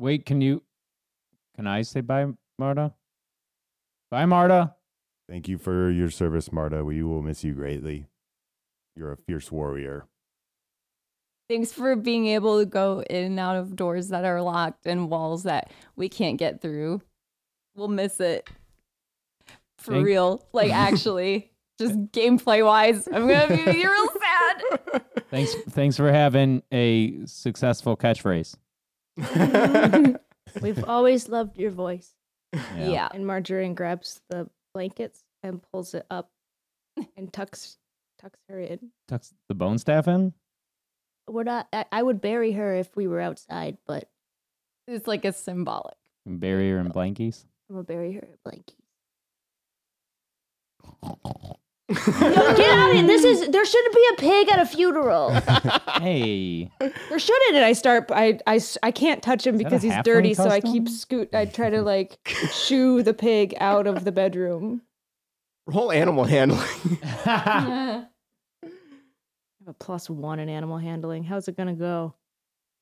[SPEAKER 2] wait. Can you? Can I say bye, Marta? Bye, Marta.
[SPEAKER 5] Thank you for your service, Marta. We will miss you greatly. You're a fierce warrior.
[SPEAKER 3] Thanks for being able to go in and out of doors that are locked and walls that we can't get through. We'll miss it. For
[SPEAKER 2] Thank-
[SPEAKER 3] real. Like actually. Just gameplay wise. I'm gonna be real sad.
[SPEAKER 2] Thanks. thanks for having a successful catchphrase.
[SPEAKER 6] we've always loved your voice.
[SPEAKER 2] Yeah.
[SPEAKER 3] Yeah.
[SPEAKER 4] and margarine grabs the blankets and pulls it up and tucks tucks her in
[SPEAKER 2] Tucks the bone staff in.
[SPEAKER 6] We're not. I, I would bury her if we were outside, but
[SPEAKER 3] It's like a symbolic.
[SPEAKER 2] Barrier and blankies.
[SPEAKER 6] I'm gonna bury her at Blanky.
[SPEAKER 1] yeah
[SPEAKER 6] Get out of here! This is there shouldn't be a pig at a funeral.
[SPEAKER 2] hey.
[SPEAKER 4] Or shouldn't it? I start. I I s- I can't touch him
[SPEAKER 2] that a
[SPEAKER 4] because he's
[SPEAKER 2] halfling
[SPEAKER 4] dirty. So I
[SPEAKER 2] costume?
[SPEAKER 4] keep scoot. I try to like shoo the pig out of the bedroom.
[SPEAKER 1] roll animal handling
[SPEAKER 2] Ah.
[SPEAKER 4] I have a plus one in animal handling. How's it gonna go?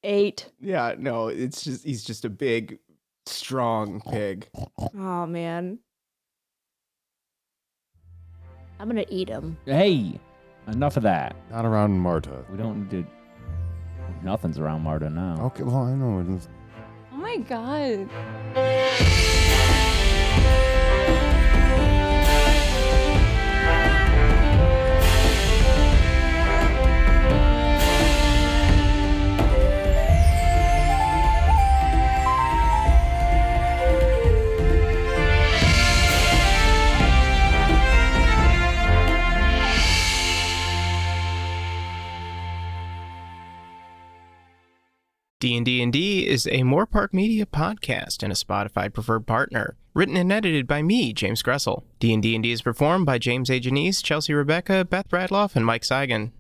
[SPEAKER 4] Eight.
[SPEAKER 1] Yeah, no, it's just he's just a big, strong pig.
[SPEAKER 4] Oh man.
[SPEAKER 6] I'm gonna eat him.
[SPEAKER 2] Hey, enough of that.
[SPEAKER 5] Not around Marta.
[SPEAKER 2] We don't do. Nothing's around Marta now.
[SPEAKER 5] Okay, well, I know. it's-
[SPEAKER 3] Oh my god.
[SPEAKER 1] D&D and D is a Moore Park Media podcast and a Spotify preferred partner. Written and edited by me, James Gressel. D&D and D is performed by James A. Janice, Chelsea Rebecca, Beth Radloff, and Mike Seigan.